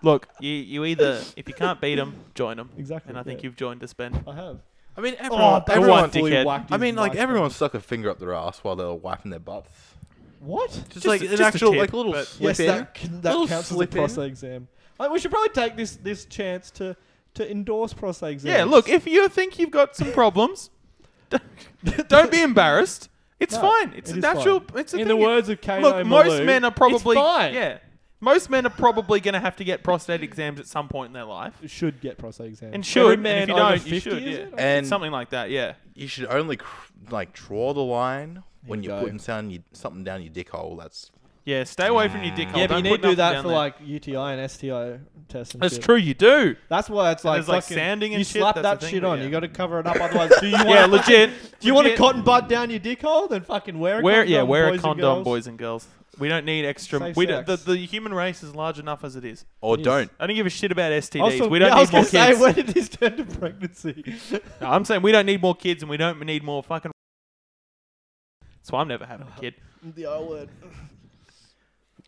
Speaker 3: Look, you, you either if you can't beat them, join them.
Speaker 2: Exactly,
Speaker 3: And I think
Speaker 2: yeah.
Speaker 3: you've joined us, Ben.
Speaker 2: I have.
Speaker 4: I mean,
Speaker 2: Oh,
Speaker 4: everyone.
Speaker 2: that
Speaker 3: everyone-
Speaker 2: one fully
Speaker 3: dickhead.
Speaker 2: whacked
Speaker 4: I
Speaker 2: his
Speaker 4: mean, like
Speaker 2: microphone.
Speaker 4: everyone stuck a finger up their ass while they were wiping their butts.
Speaker 2: What?
Speaker 4: Just,
Speaker 3: Just
Speaker 4: like
Speaker 3: a-
Speaker 4: an
Speaker 3: just a
Speaker 4: actual,
Speaker 3: tip,
Speaker 4: like little
Speaker 3: but-
Speaker 4: slip
Speaker 2: Yes,
Speaker 4: in.
Speaker 2: that, can, that
Speaker 4: Little
Speaker 2: counts as a
Speaker 4: slip in.
Speaker 2: prostate exam. Like, we should probably take this this chance to to endorse prostate exams.
Speaker 3: Yeah, look, if you think you've got some problems, don't- don't be embarrassed. It's
Speaker 2: No,
Speaker 3: fine. It's
Speaker 2: it
Speaker 3: a
Speaker 2: is
Speaker 3: natural.
Speaker 2: fine.
Speaker 3: It's a
Speaker 2: In
Speaker 3: thing.
Speaker 2: the words of Kano
Speaker 3: Look, most
Speaker 2: Malou,
Speaker 3: men are probably
Speaker 2: it's fine.
Speaker 3: yeah. Most men are probably going to have to get prostate exams at some point in their life,
Speaker 2: should get prostate exams.
Speaker 3: and
Speaker 2: Every
Speaker 3: should. and
Speaker 2: man
Speaker 3: if you
Speaker 2: over
Speaker 3: don't, you
Speaker 2: 50,
Speaker 3: should.
Speaker 2: is
Speaker 3: Yeah.
Speaker 2: it?
Speaker 4: And-
Speaker 3: something like that. Yeah.
Speaker 4: You should only cr- like draw the line when
Speaker 2: you
Speaker 4: you're
Speaker 2: go.
Speaker 4: putting sound, you, something down your dick hole. That's
Speaker 3: Yeah. Stay away from your dick.
Speaker 2: Yeah, but you need to do that for like UTI and STI tests. And
Speaker 3: That's
Speaker 2: shit.
Speaker 3: true. You do.
Speaker 2: That's why it's like
Speaker 3: there's, like,
Speaker 2: fucking-
Speaker 3: sanding and
Speaker 2: you
Speaker 3: shit,
Speaker 2: slap
Speaker 3: that's
Speaker 2: that
Speaker 3: the thing,
Speaker 2: shit
Speaker 3: but
Speaker 2: on.
Speaker 3: yeah.
Speaker 2: You got to cover it up, otherwise, do you want?
Speaker 3: Yeah, legit.
Speaker 2: Do you want a
Speaker 3: legit.
Speaker 2: cotton bud down your dick hole? Then fucking wear a
Speaker 3: Wear
Speaker 2: condom,
Speaker 3: yeah, wear a
Speaker 2: boys and
Speaker 3: condom,
Speaker 2: girls.
Speaker 3: boys and girls. We don't need extra.
Speaker 2: Safe
Speaker 3: We don't, the,
Speaker 2: sex.
Speaker 3: the human race is large enough as it is.
Speaker 4: or
Speaker 2: Yes.
Speaker 4: don't.
Speaker 3: I don't give a shit about
Speaker 2: I was
Speaker 3: STDs.
Speaker 2: talking-
Speaker 3: we don't
Speaker 2: yeah, I was
Speaker 3: need more
Speaker 2: gonna say,
Speaker 3: kids.
Speaker 2: when did this turn to pregnancy?
Speaker 3: No, I'm saying we don't need more kids, and we don't need more fucking. That's why I'm never having a kid.
Speaker 2: the I word.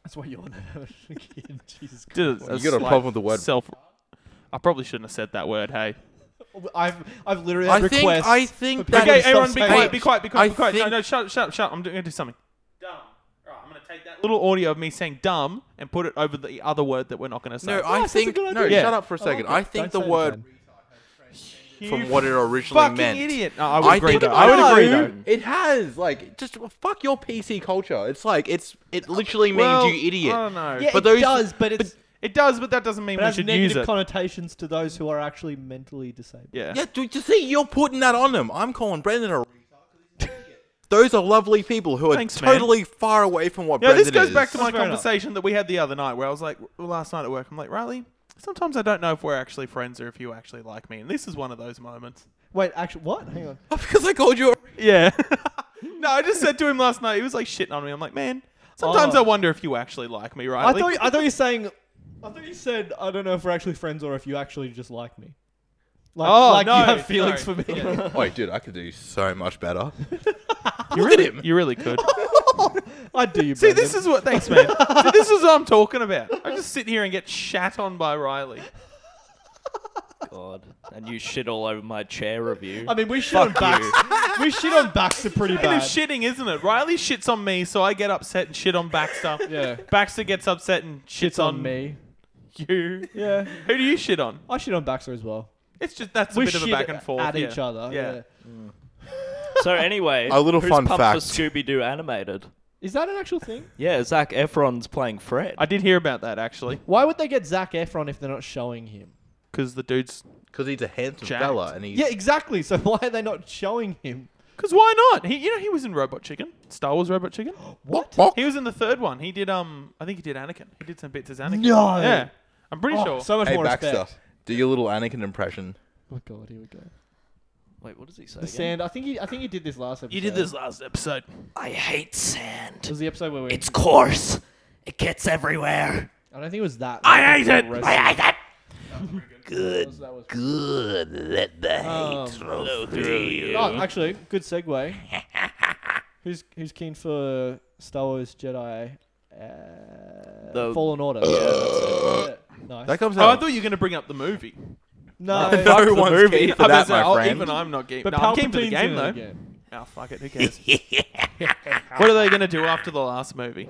Speaker 2: That's why you're not having a kid. Jesus Christ.
Speaker 3: Did
Speaker 4: You got a problem with the word.
Speaker 3: self? I probably shouldn't have said that word. Hey.
Speaker 2: I've I've literally
Speaker 4: I
Speaker 2: had
Speaker 4: think.
Speaker 2: requests.
Speaker 4: I think
Speaker 2: for
Speaker 4: that
Speaker 2: people
Speaker 3: Okay,
Speaker 2: to stop
Speaker 3: everyone, be
Speaker 2: saying
Speaker 3: quiet,
Speaker 2: it.
Speaker 3: be quiet, be quiet, be
Speaker 4: I
Speaker 3: quiet. No,
Speaker 4: think-
Speaker 3: no, shut, up, shut, up, shut. up. I'm doing, gonna do something. Dumb. All right, I'm gonna take that little audio of me saying dumb and put it over the other word that we're not gonna say.
Speaker 4: No,
Speaker 2: Nice,
Speaker 4: I
Speaker 2: that's a
Speaker 4: think.
Speaker 2: good
Speaker 4: No,
Speaker 2: idea.
Speaker 4: shut up for a second.
Speaker 2: like
Speaker 4: I
Speaker 2: it. Don't
Speaker 4: think the
Speaker 2: say it
Speaker 4: word
Speaker 2: again.
Speaker 4: from what it originally
Speaker 3: fucking
Speaker 4: meant.
Speaker 3: idiot. No, I would
Speaker 4: I
Speaker 3: agree.
Speaker 4: think
Speaker 3: Though. I would agree.
Speaker 4: no,
Speaker 3: Though.
Speaker 4: It has like just fuck your PC culture. It's like it's it literally means
Speaker 3: Well,
Speaker 4: you idiot.
Speaker 3: I don't know.
Speaker 2: Yeah,
Speaker 4: But
Speaker 2: it
Speaker 4: those-
Speaker 2: does, but it's
Speaker 3: It does, but that doesn't mean
Speaker 2: but it
Speaker 3: we
Speaker 2: has
Speaker 3: should use
Speaker 2: negative
Speaker 3: it.
Speaker 2: connotations to those who are actually mentally disabled.
Speaker 3: yeah.
Speaker 4: Yeah, dude, you see, you're putting that on them. I'm calling Brendan a. Those are lovely people who are
Speaker 3: Thanks, man.
Speaker 4: totally far away from what
Speaker 3: Yeah,
Speaker 4: Brendan
Speaker 3: this goes
Speaker 4: is.
Speaker 3: back to my
Speaker 2: That's fair enough.
Speaker 3: conversation that we had the other night, where I was like, well, last night at work, I'm like, Riley, sometimes I don't know if we're actually friends or if you actually like me, and this is one of those moments.
Speaker 2: Wait, actually, what? Hang on.
Speaker 4: because I called you. a-
Speaker 3: Yeah. no, I just said to him last night, he was like shitting on me. I'm like, man, sometimes I
Speaker 2: Oh.
Speaker 3: wonder if you actually like me,
Speaker 2: I
Speaker 3: Riley.
Speaker 2: thought I thought you were saying. I thought you said I don't know if we're actually friends or if you actually just like me. Like,
Speaker 3: Oh,
Speaker 2: like
Speaker 3: no,
Speaker 2: you have feelings
Speaker 3: sorry.
Speaker 2: for me.
Speaker 4: Wait, dude, I could do so much better.
Speaker 3: you
Speaker 4: Look at
Speaker 3: really,
Speaker 4: him.
Speaker 3: You really could.
Speaker 2: I do. You
Speaker 3: See, this is what. Thanks, man. See, this is what I'm talking about. I just sit here and get shat on by Riley.
Speaker 1: God. And you shit all over my chair review.
Speaker 2: I mean, we shit on Baxter. we shit on Baxter pretty
Speaker 3: It
Speaker 2: bad.
Speaker 3: is shitting, isn't it? Riley shits on me, so I get upset and shit on Baxter.
Speaker 2: Yeah.
Speaker 3: Baxter gets upset and shits
Speaker 2: Shits on me.
Speaker 3: you.
Speaker 2: Yeah,
Speaker 3: Who do you shit on?
Speaker 2: I shit on Baxter as well.
Speaker 3: It's just that's
Speaker 2: we
Speaker 3: a bit of a
Speaker 2: shit
Speaker 3: back and forth
Speaker 2: at
Speaker 3: yeah.
Speaker 2: each other. Yeah.
Speaker 1: so anyway,
Speaker 4: A little
Speaker 1: who's
Speaker 4: fun
Speaker 1: pumped
Speaker 4: fact.
Speaker 1: for Scooby Doo animated.
Speaker 2: is that an actual thing?
Speaker 1: Yeah, Zach Efron's playing Fred.
Speaker 3: I did hear about that actually,
Speaker 2: Why would they get Zach Efron if they're not showing him?
Speaker 3: because the dude's.
Speaker 4: Because he's a handsome
Speaker 3: Jacked.
Speaker 4: fella, and he's
Speaker 2: Yeah, exactly. So why are they not showing him?
Speaker 3: Because why not? He, you know, he was in Robot Chicken, Star Wars Robot Chicken.
Speaker 2: What?
Speaker 3: He was in the third one. He did um, I think he did Anakin. He did some bits as Anakin.
Speaker 2: No.
Speaker 3: Yeah, I'm pretty
Speaker 2: Oh,
Speaker 3: sure.
Speaker 2: So much
Speaker 4: Hey
Speaker 2: more
Speaker 4: Baxter,
Speaker 2: respect.
Speaker 4: do your little Anakin impression.
Speaker 2: Oh god, here we go.
Speaker 1: Wait, what does he say?
Speaker 2: The
Speaker 1: again?
Speaker 2: sand. I think he, I think you did this last episode.
Speaker 3: You did this last episode.
Speaker 1: I hate
Speaker 2: It
Speaker 1: sand.
Speaker 2: was the episode where we.
Speaker 1: It's coarse. It gets everywhere.
Speaker 2: I don't think it was that.
Speaker 3: I hate it.
Speaker 2: Wrestling.
Speaker 1: I hate it.
Speaker 2: That was-
Speaker 1: Good.
Speaker 2: that was-
Speaker 1: Good. Let the hate
Speaker 2: Um,
Speaker 1: flow through you.
Speaker 2: Oh, actually, good segue. who's who's keen for Star Wars Jedi? Uh,
Speaker 1: The-
Speaker 2: Fallen Order. yeah, that's it. Yeah, nice.
Speaker 4: That comes
Speaker 3: Oh, I
Speaker 4: out.
Speaker 3: thought you were going to bring up the movie.
Speaker 2: no,
Speaker 1: fuck
Speaker 4: no
Speaker 1: the
Speaker 4: one's
Speaker 1: movie.
Speaker 4: keen for
Speaker 3: I was
Speaker 4: that,
Speaker 3: gonna say,
Speaker 4: my
Speaker 3: I'll-
Speaker 4: friend.
Speaker 3: Even I'm not game.
Speaker 2: but
Speaker 3: no, I'm keen for the
Speaker 2: Palpatine's
Speaker 3: game
Speaker 2: in it
Speaker 3: though.
Speaker 2: again.
Speaker 3: Oh fuck it, who cares? what are they going to do after the last movie?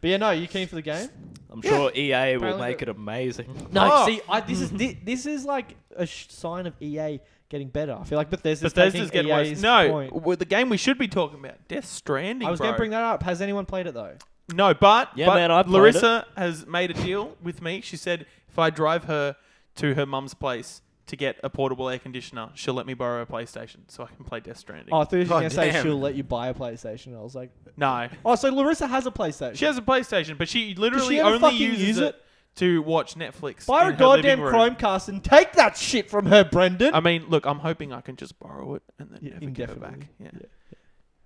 Speaker 2: But yeah, no, you keen for the game?
Speaker 1: I'm sure EA will
Speaker 2: Apparently
Speaker 1: make
Speaker 2: the-
Speaker 1: it amazing.
Speaker 2: No,
Speaker 3: Oh.
Speaker 2: see, I, this is this, this is like a sh- sign of EA getting better. I feel like Bethesda's,
Speaker 3: Bethesda's
Speaker 2: taking
Speaker 3: getting worse.
Speaker 2: EA's
Speaker 3: No,
Speaker 2: point.
Speaker 3: well, the game we should be talking about, Death Stranding.
Speaker 2: I was
Speaker 3: going
Speaker 2: to bring that up. Has anyone played it though?
Speaker 3: No, but
Speaker 1: Yeah,
Speaker 3: but
Speaker 1: man, I played
Speaker 3: Larissa has made a deal with me. She said if I drive her to her mum's place to get a portable air conditioner, she'll let me borrow a PlayStation so I can play Death Stranding.
Speaker 2: Oh, I thought you were going to say
Speaker 4: damn.
Speaker 2: she'll let you buy a PlayStation. I was like,
Speaker 3: no,
Speaker 2: oh, so Larissa has a PlayStation.
Speaker 3: she has a PlayStation, but she literally
Speaker 2: ever
Speaker 3: only
Speaker 2: fucking
Speaker 3: uses
Speaker 2: use
Speaker 3: it?
Speaker 2: it?
Speaker 3: to watch Netflix.
Speaker 2: Buy
Speaker 3: in
Speaker 2: a
Speaker 3: her
Speaker 2: goddamn
Speaker 3: living room.
Speaker 2: Chromecast and take that shit from her, Brendan.
Speaker 3: I mean, look, I'm hoping I can just borrow it and then
Speaker 2: Yeah,
Speaker 3: never give it back.
Speaker 2: indefinitely.
Speaker 3: Yeah.
Speaker 2: Yeah.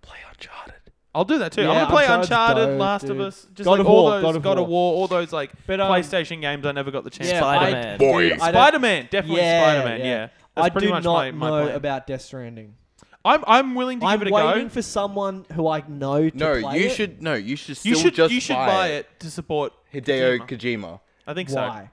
Speaker 4: Play Uncharted.
Speaker 3: I'll do that too. I'm
Speaker 2: Yeah,
Speaker 3: gonna play
Speaker 2: Uncharted's
Speaker 3: Uncharted,
Speaker 2: dope,
Speaker 3: Last of
Speaker 2: dude.
Speaker 3: Us, just
Speaker 2: God
Speaker 3: like
Speaker 2: of
Speaker 3: all
Speaker 2: War,
Speaker 3: those
Speaker 2: God of War.
Speaker 3: all those like
Speaker 2: But, um,
Speaker 3: PlayStation games I never got the chance.
Speaker 2: Yeah,
Speaker 3: to play.
Speaker 1: Spider-Man.
Speaker 2: I-
Speaker 4: Boys.
Speaker 2: dude, I don't-
Speaker 3: Spider Man, definitely
Speaker 2: Yeah,
Speaker 3: Spider Man. Yeah,
Speaker 2: yeah.
Speaker 3: that's
Speaker 2: I
Speaker 3: pretty
Speaker 2: do
Speaker 3: much
Speaker 2: not
Speaker 3: my, my
Speaker 2: know
Speaker 3: plan.
Speaker 2: about Death Stranding.
Speaker 3: I'm I'm willing to
Speaker 2: I'm
Speaker 3: give it a
Speaker 2: waiting
Speaker 3: go.
Speaker 2: for someone who I know to
Speaker 4: No,
Speaker 2: play
Speaker 4: you
Speaker 2: it.
Speaker 4: should. No, you should still
Speaker 3: you should
Speaker 4: just
Speaker 3: you should buy, it. to support
Speaker 4: Hideo
Speaker 3: Kojima.
Speaker 4: Kojima.
Speaker 3: I think so.
Speaker 2: Why?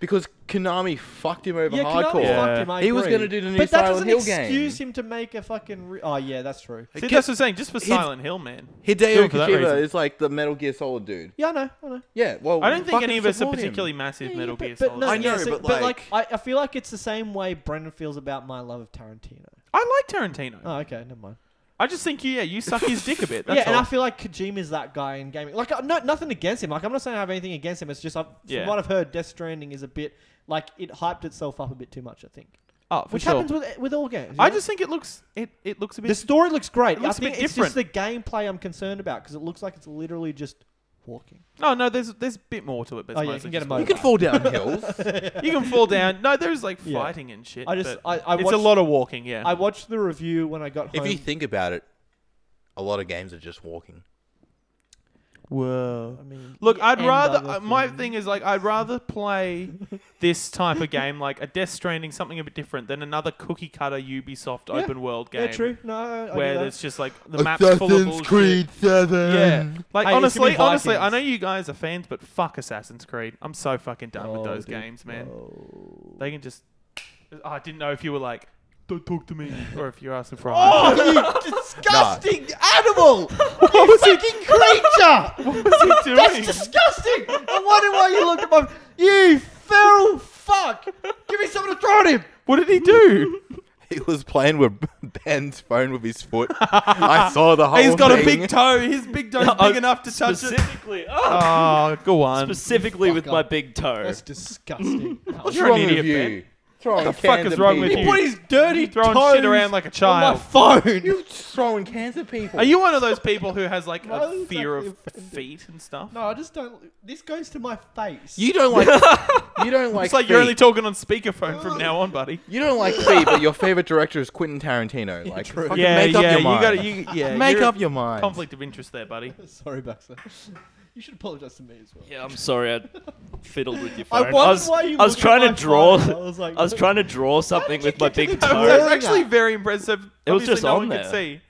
Speaker 4: Because Konami fucked him over
Speaker 2: Yeah, Konami
Speaker 4: hardcore.
Speaker 2: fucked him, I
Speaker 4: He was
Speaker 2: agree.
Speaker 4: gonna do the new
Speaker 2: But that doesn't
Speaker 4: Silent Hill game.
Speaker 2: excuse him to make a fucking. Re- oh yeah, that's true.
Speaker 3: See,
Speaker 4: It
Speaker 3: that's
Speaker 4: gets-
Speaker 3: what I'm saying. Just for
Speaker 4: his-
Speaker 3: Silent Hill, man.
Speaker 4: Hideo
Speaker 3: for that reason.
Speaker 4: Kojima is like the Metal Gear Solid dude.
Speaker 2: Yeah, I know. I know.
Speaker 4: Yeah, well,
Speaker 3: I don't think
Speaker 4: Oh, fucking
Speaker 3: any of us are
Speaker 4: support him.
Speaker 3: particularly massive
Speaker 2: Yeah,
Speaker 3: Metal
Speaker 2: but,
Speaker 3: Gear
Speaker 2: but
Speaker 3: Solid.
Speaker 2: no,
Speaker 4: I
Speaker 2: yeah,
Speaker 4: know,
Speaker 2: so-
Speaker 4: but like-
Speaker 2: I, I feel like it's the same way Brendan feels about my love of Tarantino.
Speaker 3: I like Tarantino.
Speaker 2: Oh, okay, never mind.
Speaker 3: I just think yeah, you suck his dick a bit. That's
Speaker 2: yeah, and
Speaker 3: all.
Speaker 2: I feel like Kojima's that guy in gaming. Like, I'm not nothing against him. Like, I'm not saying I have anything against him. It's just I've,
Speaker 3: Yeah.
Speaker 2: from what I've heard, Death Stranding is a bit like it hyped itself up a bit too much. I think,
Speaker 3: oh, for
Speaker 2: which
Speaker 3: sure.
Speaker 2: happens with with all games. you
Speaker 3: I
Speaker 2: know?
Speaker 3: just think it looks it it looks a bit
Speaker 2: the story looks great.
Speaker 3: It looks a
Speaker 2: I think
Speaker 3: bit
Speaker 2: it's just the gameplay I'm concerned about because it looks like it's literally just walking.
Speaker 3: No, no, there's there's a bit more to it, but it's
Speaker 2: Oh, yeah, you
Speaker 3: mostly
Speaker 2: can get
Speaker 3: just
Speaker 2: a
Speaker 3: walking.
Speaker 4: You can fall down hills.
Speaker 3: You can fall down. No, there's like
Speaker 2: Yeah.
Speaker 3: fighting and shit.
Speaker 2: I just
Speaker 3: but
Speaker 2: I, I
Speaker 3: it's
Speaker 2: watched,
Speaker 3: a lot of walking. Yeah,
Speaker 2: I watched the review when I got
Speaker 4: if
Speaker 2: home.
Speaker 4: you think about it, a lot of games are just walking.
Speaker 2: I mean,
Speaker 3: Look,
Speaker 2: yeah,
Speaker 3: I'd
Speaker 2: and
Speaker 3: rather.
Speaker 2: other
Speaker 3: uh, my
Speaker 2: things.
Speaker 3: thing is like I'd rather play this type of game, like a Death Stranding, something a bit different than another cookie cutter Ubisoft
Speaker 2: Yeah.
Speaker 3: open world game.
Speaker 2: Yeah, true. No, I, I
Speaker 3: Where
Speaker 2: get that.
Speaker 3: there's just like the map's full of bullshit.
Speaker 4: Seven.
Speaker 3: Yeah, like
Speaker 2: Hey, it's gonna
Speaker 3: honestly,
Speaker 2: be
Speaker 3: honestly, I
Speaker 2: Vikings.
Speaker 3: know you guys are fans, but fuck Assassin's Creed. I'm so fucking done with
Speaker 2: Oh,
Speaker 3: those
Speaker 2: dude.
Speaker 3: games, man.
Speaker 2: Oh.
Speaker 3: They can just. Oh, I didn't know if you were like, don't talk to me, or if you're asking for. a hug.
Speaker 2: Oh, you disgusting animal! you fucking creature!
Speaker 3: What's he doing?
Speaker 2: That's disgusting! I wonder why you looked at my. You feral fuck! Give me something to throw at him!
Speaker 3: What did he do?
Speaker 4: He was playing with Ben's phone with his foot. I saw the whole
Speaker 3: He's got a
Speaker 4: thing.
Speaker 3: big toe. His big toe's big enough to touch it.
Speaker 1: Specifically, oh,
Speaker 3: Oh, go on.
Speaker 1: specifically with
Speaker 2: Fuck
Speaker 1: my
Speaker 2: up.
Speaker 1: big toe.
Speaker 2: That's disgusting.
Speaker 4: What's
Speaker 3: You're an
Speaker 4: wrong
Speaker 3: idiot,
Speaker 4: with you?
Speaker 3: Ben.
Speaker 4: Throwing
Speaker 3: the fuck
Speaker 4: cans
Speaker 3: is
Speaker 4: at
Speaker 3: wrong with
Speaker 4: people.
Speaker 3: you?
Speaker 2: Put his dirty
Speaker 3: Throwing
Speaker 2: toes
Speaker 3: shit around like a
Speaker 2: on my
Speaker 3: child.
Speaker 2: phone.
Speaker 4: You throwing cans at people.
Speaker 3: Are you one of those people who has like
Speaker 2: Why
Speaker 3: a
Speaker 2: is
Speaker 3: fear
Speaker 2: that
Speaker 3: of
Speaker 2: offended?
Speaker 3: feet and stuff?
Speaker 2: No, I just don't. This goes to my face.
Speaker 4: You don't like. you don't like.
Speaker 3: it's like you're
Speaker 4: feet.
Speaker 3: only talking on speakerphone from now on, buddy.
Speaker 4: You don't like feet, but your favorite director is Quentin Tarantino. Like, fucking make up your
Speaker 3: you
Speaker 4: mind.
Speaker 3: gotta, you, yeah.
Speaker 4: make
Speaker 3: you're-
Speaker 4: up your mind.
Speaker 3: conflict of interest there, buddy.
Speaker 2: Sorry, Baxter. You should apologize to me as well.
Speaker 1: Yeah, I'm sorry. I fiddled with your
Speaker 2: I
Speaker 1: phone.
Speaker 2: wondered
Speaker 1: was,
Speaker 2: why you
Speaker 1: I was
Speaker 2: looked at
Speaker 1: trying to
Speaker 2: my
Speaker 1: draw.
Speaker 2: phone. I was like,
Speaker 1: I was trying to draw something
Speaker 2: did you
Speaker 1: with my
Speaker 2: get to
Speaker 1: big
Speaker 2: the
Speaker 3: I
Speaker 2: Oh,
Speaker 1: toe.
Speaker 2: phone?
Speaker 3: was
Speaker 2: yeah.
Speaker 3: actually very impressive.
Speaker 1: It was
Speaker 3: Obviously,
Speaker 1: just
Speaker 3: no
Speaker 1: on
Speaker 3: one could
Speaker 1: there.
Speaker 3: see.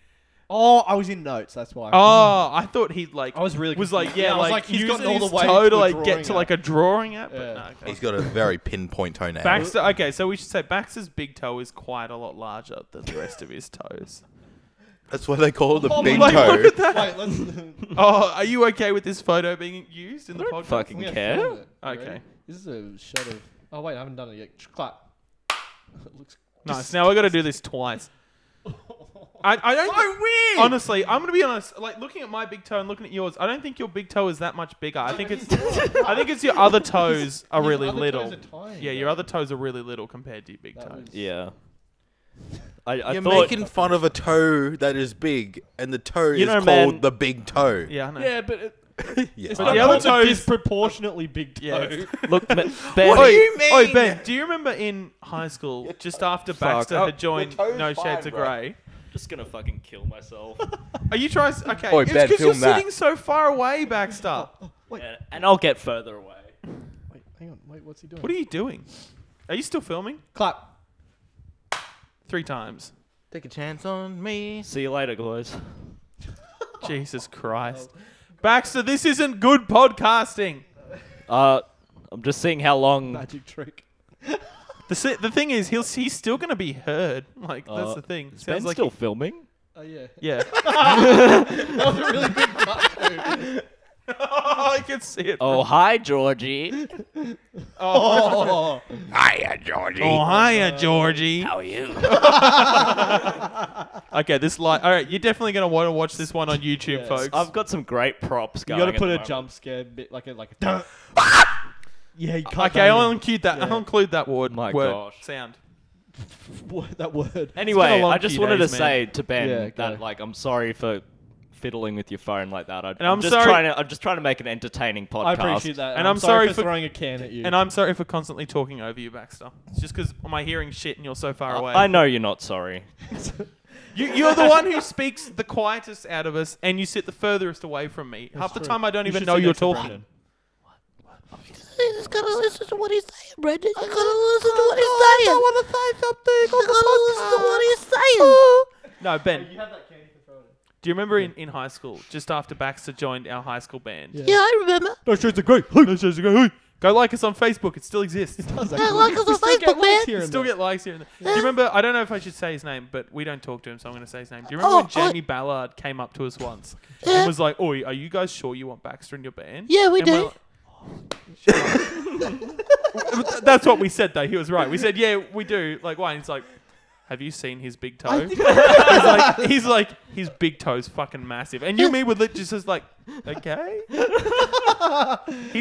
Speaker 2: Oh, I was in notes. That's why.
Speaker 3: Oh, I thought he'd like.
Speaker 2: I was really
Speaker 3: was
Speaker 2: confused.
Speaker 3: like yeah,
Speaker 2: Yeah, I was
Speaker 3: like,
Speaker 2: like, he's
Speaker 3: using
Speaker 2: gotten all
Speaker 3: his
Speaker 2: the way
Speaker 3: toe
Speaker 2: to
Speaker 3: to
Speaker 2: a
Speaker 3: like get
Speaker 2: drawing
Speaker 3: to like a drawing app. But
Speaker 2: Yeah.
Speaker 3: no, okay.
Speaker 4: He's got a very pinpoint toenail.
Speaker 3: Baxter. Okay, so we should say Baxter's big toe is quite a lot larger than the rest of his toes.
Speaker 4: That's what they call the
Speaker 2: Oh
Speaker 4: big
Speaker 2: my
Speaker 4: toe.
Speaker 3: look at that.
Speaker 2: Wait, let's.
Speaker 3: Oh, are you okay with this photo being used in the podcast?
Speaker 1: fucking
Speaker 2: I'm gonna
Speaker 1: care.
Speaker 2: film it. You
Speaker 3: Okay.
Speaker 2: ready? This is a shot of. Oh wait, I haven't done it yet. Ch- Clap. it looks.
Speaker 3: Nice. Now we're gonna do this twice. I, I don't.
Speaker 2: So weird!
Speaker 3: Honestly, I'm gonna be honest. Like looking at my big toe and looking at yours, I don't think your big toe is that much bigger. I think it's. I think it's your other toes are
Speaker 2: His
Speaker 3: really
Speaker 2: other
Speaker 3: little.
Speaker 2: toes are tiny,
Speaker 3: yeah, your
Speaker 2: though.
Speaker 3: other toes are really little compared to your big
Speaker 2: That
Speaker 3: toe.
Speaker 2: was-
Speaker 1: Yeah. I, I
Speaker 4: You're
Speaker 1: thought.
Speaker 4: making fun of a toe that is big, and the toe
Speaker 1: You
Speaker 4: is
Speaker 1: know,
Speaker 4: called
Speaker 1: man-
Speaker 4: the big toe.
Speaker 3: Yeah, I know.
Speaker 2: Yeah, but it,
Speaker 4: Yeah.
Speaker 3: But the other
Speaker 2: I called it
Speaker 3: toes-
Speaker 2: disproportionately big toe.
Speaker 3: Yeah.
Speaker 1: Look, ma-
Speaker 4: What
Speaker 1: Ben,
Speaker 4: do you mean?
Speaker 3: Oh, Ben, do you remember in high school, just after Baxter
Speaker 1: Oh,
Speaker 3: had joined
Speaker 4: your toe's
Speaker 3: No Shades
Speaker 4: fine,
Speaker 3: of
Speaker 4: bro.
Speaker 3: Grey?
Speaker 1: just gonna fucking kill myself.
Speaker 3: Are you trying? s- Okay,
Speaker 4: Oi,
Speaker 3: it's
Speaker 4: Ben,
Speaker 3: because you're
Speaker 4: film that.
Speaker 3: sitting so far away, Baxter.
Speaker 1: and, and I'll get further away.
Speaker 2: Wait, hang on. Wait, what's he doing?
Speaker 3: What are you doing? Are you still filming?
Speaker 2: Clap.
Speaker 3: Three times.
Speaker 4: Take a chance on me.
Speaker 1: See you later, guys.
Speaker 3: Jesus Christ, Baxter, this isn't good podcasting.
Speaker 1: Uh, I'm just seeing how long.
Speaker 2: Magic trick.
Speaker 3: The si- the thing is, he'll he's still gonna be heard. Like
Speaker 1: Uh,
Speaker 3: that's the thing.
Speaker 1: Is
Speaker 3: Sounds
Speaker 1: Ben
Speaker 3: like
Speaker 1: still filming?
Speaker 2: Oh yeah.
Speaker 3: yeah.
Speaker 2: That was a really good cut. too.
Speaker 3: oh, I can see it.
Speaker 1: Oh, hi, Georgie.
Speaker 2: oh.
Speaker 4: Hiya, Georgie.
Speaker 3: Oh, hiya, Georgie.
Speaker 1: How are you?
Speaker 3: Okay, this light. All right, you're definitely gonna want to watch this one on YouTube,
Speaker 2: Yes.
Speaker 3: folks.
Speaker 1: I've got some great props
Speaker 2: You
Speaker 1: going.
Speaker 2: gotta
Speaker 1: at the
Speaker 2: put a
Speaker 1: moment.
Speaker 2: jump scare bit, like a like a. dun. yeah, you can't.
Speaker 3: okay, I'll include that. I'll include that word.
Speaker 1: My
Speaker 3: word,
Speaker 1: gosh.
Speaker 3: sound.
Speaker 2: that word.
Speaker 3: been
Speaker 1: Anyway,
Speaker 3: a long
Speaker 1: I just
Speaker 3: few
Speaker 1: wanted
Speaker 3: days,
Speaker 1: to
Speaker 3: man.
Speaker 1: say to Ben
Speaker 2: Yeah, go.
Speaker 1: that like I'm sorry for fiddling with your phone like that. I, am
Speaker 3: I'm
Speaker 1: just
Speaker 3: sorry-
Speaker 1: trying to I'm just trying to make an entertaining podcast.
Speaker 2: I appreciate that,
Speaker 3: And I'm sorry
Speaker 2: for,
Speaker 3: for-
Speaker 2: throwing a can at you.
Speaker 3: And I'm sorry for constantly talking over you, Baxter. It's just because my hearing shit and you're so far away.
Speaker 1: I know you're not sorry.
Speaker 3: You, you're the one who speaks the quietest out of us, and you sit the furthest away from me. Half the
Speaker 2: true.
Speaker 3: time, I don't
Speaker 2: You
Speaker 3: even
Speaker 2: should
Speaker 3: know
Speaker 2: sit
Speaker 3: you're
Speaker 2: next to
Speaker 3: talking.
Speaker 2: Brendan.
Speaker 6: I just gotta listen to what he's saying, Brendan. I gotta listen to what he's saying. Oh I wanna say something. I gotta listen to what he's saying.
Speaker 3: No, Ben.
Speaker 2: have Oh, that candy for throwing.
Speaker 3: Do you remember in, in high school, just after Baxter joined our high school band?
Speaker 2: Yeah.
Speaker 6: Yeah, I remember.
Speaker 2: No, shoot the great. Hey, that's actually great.
Speaker 3: Go like us on Facebook; it still exists.
Speaker 2: Hey.
Speaker 6: Yeah, like us
Speaker 2: We
Speaker 6: on
Speaker 2: still get
Speaker 6: Facebook,
Speaker 2: likes
Speaker 6: man.
Speaker 2: here and
Speaker 3: Still
Speaker 2: there.
Speaker 3: get likes here. And there. Do you remember? I don't know if I should say his name, but we don't talk to him, so I'm going to say his name. Do you remember
Speaker 6: Oh,
Speaker 3: when Jamie Ballard came up to us once and
Speaker 6: Yeah.
Speaker 3: was like, "Oi, are you guys sure you want Baxter in your band?"
Speaker 6: Yeah, we
Speaker 3: And we're
Speaker 6: do.
Speaker 3: like, That's what we said though. He was right. We said, "Yeah, we do." Like, why? And he's like, "Have you seen his big toe?" he's, like, he's like, his big toe's fucking massive. And you and me were lit- just as like, okay. he's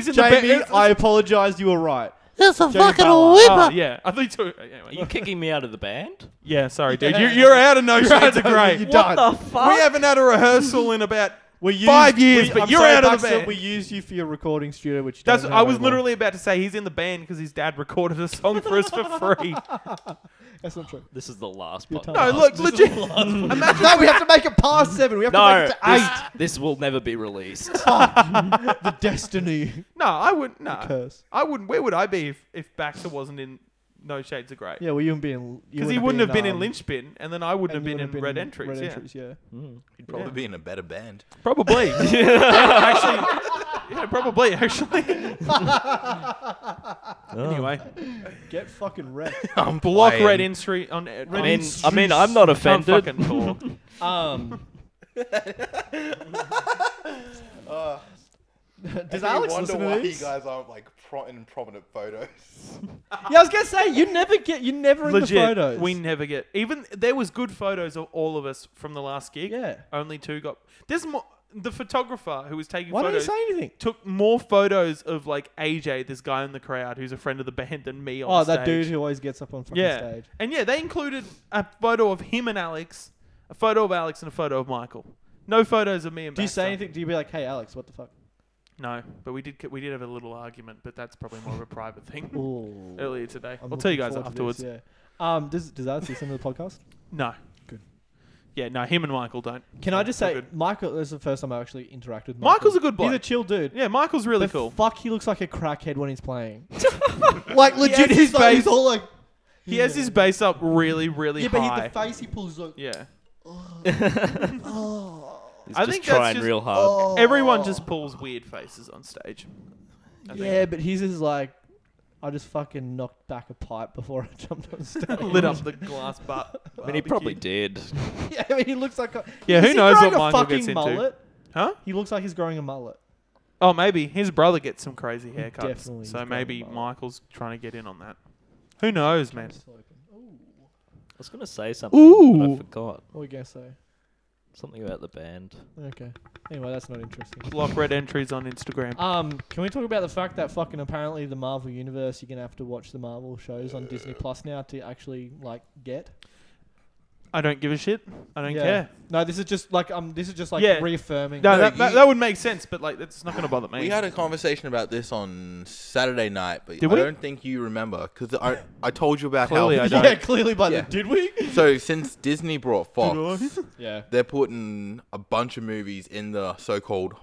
Speaker 3: in the
Speaker 2: Jamie,
Speaker 3: band.
Speaker 2: I apologize. You were right.
Speaker 6: That's a fucking
Speaker 2: Ballard.
Speaker 3: Oh,
Speaker 6: whipper.
Speaker 3: yeah, I think too.
Speaker 1: Are you
Speaker 3: Anyway.
Speaker 1: kicking me out of the band?
Speaker 3: Yeah, sorry, dude. You, you're out of no shades of grey.
Speaker 2: You're
Speaker 1: What
Speaker 2: done.
Speaker 1: the fuck?
Speaker 3: We haven't had a rehearsal in about.
Speaker 2: We used,
Speaker 3: Five years, but
Speaker 2: I'm
Speaker 3: you're
Speaker 2: sorry,
Speaker 3: out of the
Speaker 2: Baxter,
Speaker 3: band.
Speaker 2: We used you for your recording studio, which you
Speaker 3: That's.
Speaker 2: don't
Speaker 3: I
Speaker 2: have
Speaker 3: was
Speaker 2: anymore.
Speaker 3: literally about to say he's in the band because his dad recorded a song for us for free.
Speaker 2: That's not true.
Speaker 1: This is the last
Speaker 2: Your
Speaker 1: podcast.
Speaker 3: No,
Speaker 2: time.
Speaker 3: look, legit.
Speaker 2: no, we have to make it past seven. We have
Speaker 1: No,
Speaker 2: to make
Speaker 1: this,
Speaker 2: it to
Speaker 1: this will never be released.
Speaker 2: eight. The destiny
Speaker 3: No, I wouldn't. No,
Speaker 2: curse.
Speaker 3: I wouldn't. Where would I be if if Baxter wasn't in No Shades of Grey?
Speaker 2: Yeah, well, you wouldn't be in. um,
Speaker 3: Because he wouldn't have been in Lynchpin, and then I wouldn't have been in Red Entries. yeah.
Speaker 2: yeah. Hmm.
Speaker 4: He'd probably be in a better band.
Speaker 3: Probably. actually, yeah, probably actually.
Speaker 1: Oh.
Speaker 3: anyway,
Speaker 2: Get fucking wrecked.
Speaker 4: I'm
Speaker 3: block
Speaker 4: playing.
Speaker 3: Red Entry on. Red
Speaker 1: I mean, I mean, I'm not
Speaker 3: Can't
Speaker 1: offended.
Speaker 3: fucking talk.
Speaker 2: um. Does
Speaker 4: I
Speaker 2: Alex
Speaker 4: wonder
Speaker 2: listen to
Speaker 4: why
Speaker 2: these?
Speaker 4: you guys aren't like pro- in prominent photos.
Speaker 2: Yeah, I was gonna say you never get you never in
Speaker 3: Legit,
Speaker 2: the photos.
Speaker 3: we never get even. There was good photos of all of us from the last gig.
Speaker 2: Yeah.
Speaker 3: only two got. There's more. The photographer who was taking
Speaker 2: Why don't you
Speaker 3: photos
Speaker 2: say anything?
Speaker 3: took more photos of like AJ, this guy in the crowd who's a friend of the band, than me on
Speaker 2: Oh,
Speaker 3: stage.
Speaker 2: that dude who always gets up on fucking
Speaker 3: Yeah,
Speaker 2: stage.
Speaker 3: and yeah, they included a photo of him and Alex, a photo of Alex, and a photo of Michael. No photos of me and.
Speaker 2: Do you say
Speaker 3: Baxter.
Speaker 2: anything? Do you be like, "Hey, Alex, what the fuck?"
Speaker 3: No, but we did. We did have a little argument, but that's probably more of a private thing.
Speaker 2: Ooh,
Speaker 3: Earlier today,
Speaker 2: I'm
Speaker 3: I'll tell you
Speaker 2: looking
Speaker 3: guys
Speaker 2: forward to
Speaker 3: afterwards.
Speaker 2: This, yeah. Um, does does Alex listen to the podcast?
Speaker 3: No.
Speaker 2: Good.
Speaker 3: Yeah, no, him and Michael don't.
Speaker 2: Can I just
Speaker 3: We're
Speaker 2: say,
Speaker 3: good.
Speaker 2: Michael? This is the first time I actually interacted with Michael.
Speaker 3: Michael's a good bloke.
Speaker 2: He's a chill dude.
Speaker 3: Yeah, Michael's really
Speaker 2: The
Speaker 3: cool.
Speaker 2: Fuck, he looks like a crackhead when he's playing. like legit,
Speaker 3: his
Speaker 2: he's, like,
Speaker 3: face-
Speaker 2: he's all like.
Speaker 3: He has his bass up really, really
Speaker 2: Yeah, but
Speaker 3: high.
Speaker 2: he, the face he pulls is like.
Speaker 3: yeah.
Speaker 1: He's
Speaker 3: I
Speaker 1: just
Speaker 3: think that's
Speaker 1: trying
Speaker 3: just-
Speaker 1: real hard.
Speaker 2: Oh,
Speaker 3: Everyone just pulls weird faces on stage. I think.
Speaker 2: Yeah, but his is like, I just fucking knocked back a pipe before I jumped on stage.
Speaker 3: Lit up the glass butt.
Speaker 1: I mean, he probably did.
Speaker 2: yeah, I mean, he looks like. A,
Speaker 3: Yeah,
Speaker 2: Is
Speaker 3: who
Speaker 2: he
Speaker 3: knows
Speaker 2: growing
Speaker 3: what
Speaker 2: a
Speaker 3: Michael
Speaker 2: fucking
Speaker 3: gets into.
Speaker 2: mullet?
Speaker 3: Huh?
Speaker 2: He looks like he's growing a mullet.
Speaker 3: Oh, maybe his brother gets some crazy haircuts.
Speaker 2: Definitely he's
Speaker 3: so
Speaker 2: got
Speaker 3: maybe
Speaker 2: a mullet.
Speaker 3: Michael's trying to get in on that. Who knows, man?
Speaker 1: I was gonna say something, but I
Speaker 3: Ooh.
Speaker 1: forgot
Speaker 2: Oh, I guess so.
Speaker 1: something about the band.
Speaker 2: Okay. Anyway, that's not interesting.
Speaker 3: Block red entries on Instagram.
Speaker 2: Um, can we talk about the fact that fucking apparently the Marvel universe you're gonna have to watch the Marvel shows on Disney Plus now to actually like get?
Speaker 3: I don't give a shit. I don't
Speaker 2: Yeah.
Speaker 3: care.
Speaker 2: No, this is just like um, this is just like
Speaker 3: Yeah.
Speaker 2: reaffirming.
Speaker 3: No,
Speaker 4: No,
Speaker 3: that, that,
Speaker 4: you-
Speaker 3: that would make sense, but like, that's not going to bother me.
Speaker 4: We had a conversation about this on Saturday night, but
Speaker 3: Did
Speaker 4: I
Speaker 3: we?
Speaker 4: don't think you remember because I, I told you about
Speaker 3: Clearly
Speaker 4: how.
Speaker 3: I
Speaker 2: yeah,
Speaker 3: don't.
Speaker 2: clearly by
Speaker 4: Yeah.
Speaker 2: the did we?
Speaker 4: So since Disney brought Fox,
Speaker 2: Yeah.
Speaker 4: they're putting a bunch of movies in the so-called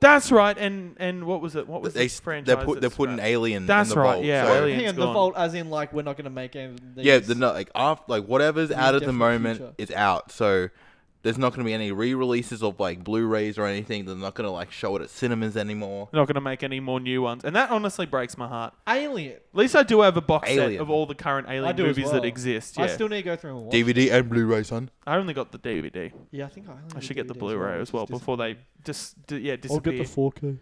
Speaker 3: That's right. And and what was it? What was
Speaker 4: They
Speaker 3: the
Speaker 4: they're
Speaker 3: franchise?
Speaker 4: put they're
Speaker 3: that's
Speaker 4: putting
Speaker 3: about-
Speaker 4: Alien
Speaker 3: That's
Speaker 4: in the
Speaker 3: right,
Speaker 4: vault.
Speaker 3: yeah,
Speaker 4: so
Speaker 3: Alien.
Speaker 2: Hang on, the
Speaker 3: gone.
Speaker 2: fault as in like we're not gonna make any. of
Speaker 4: yeah,
Speaker 2: these.
Speaker 4: the no, like after, like whatever's out at the
Speaker 2: definite
Speaker 4: moment
Speaker 2: future.
Speaker 4: is out. So there's not going to be any re-releases of like Blu-rays or anything. They're not going to like show it at cinemas anymore.
Speaker 3: They're not going to make any more new ones. And that honestly breaks my heart.
Speaker 2: Alien.
Speaker 3: At least I do have a box set
Speaker 4: Alien.
Speaker 3: of all the current Alien
Speaker 2: I do as
Speaker 3: movies
Speaker 2: well.
Speaker 3: that exist. Yeah.
Speaker 2: I
Speaker 3: I,
Speaker 2: still need to go through and watch.
Speaker 4: DVD and Blu-ray, son.
Speaker 3: only got the DVD.
Speaker 2: yeah, I think I, only
Speaker 3: I
Speaker 2: need
Speaker 3: should get the
Speaker 2: DVDs
Speaker 3: Blu-ray as well
Speaker 2: It's just-
Speaker 3: before they just d- yeah
Speaker 2: I'll
Speaker 3: disappear.
Speaker 2: get the 4K.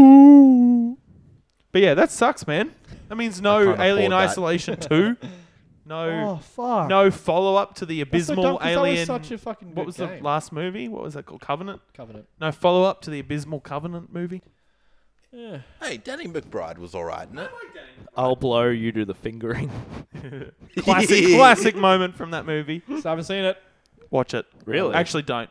Speaker 3: Ooh. But yeah, that sucks, man. That means no
Speaker 4: can't
Speaker 3: Alien
Speaker 4: afford that.
Speaker 3: Isolation 2. No
Speaker 2: Oh fuck!
Speaker 3: no follow-up to the
Speaker 2: That's so
Speaker 3: abysmal
Speaker 2: dumb 'cause that was
Speaker 3: Alien
Speaker 2: such a fucking
Speaker 3: What was the last movie? What was that called? Covenant?
Speaker 2: covenant?
Speaker 3: No follow-up to the abysmal Covenant movie.
Speaker 2: Yeah.
Speaker 4: Hey, Danny McBride was alright, isn't it?
Speaker 1: I'll blow, you do the fingering.
Speaker 3: Classic classic moment from that movie.
Speaker 2: So I haven't seen it.
Speaker 3: Watch it.
Speaker 1: Really?
Speaker 3: Actually don't.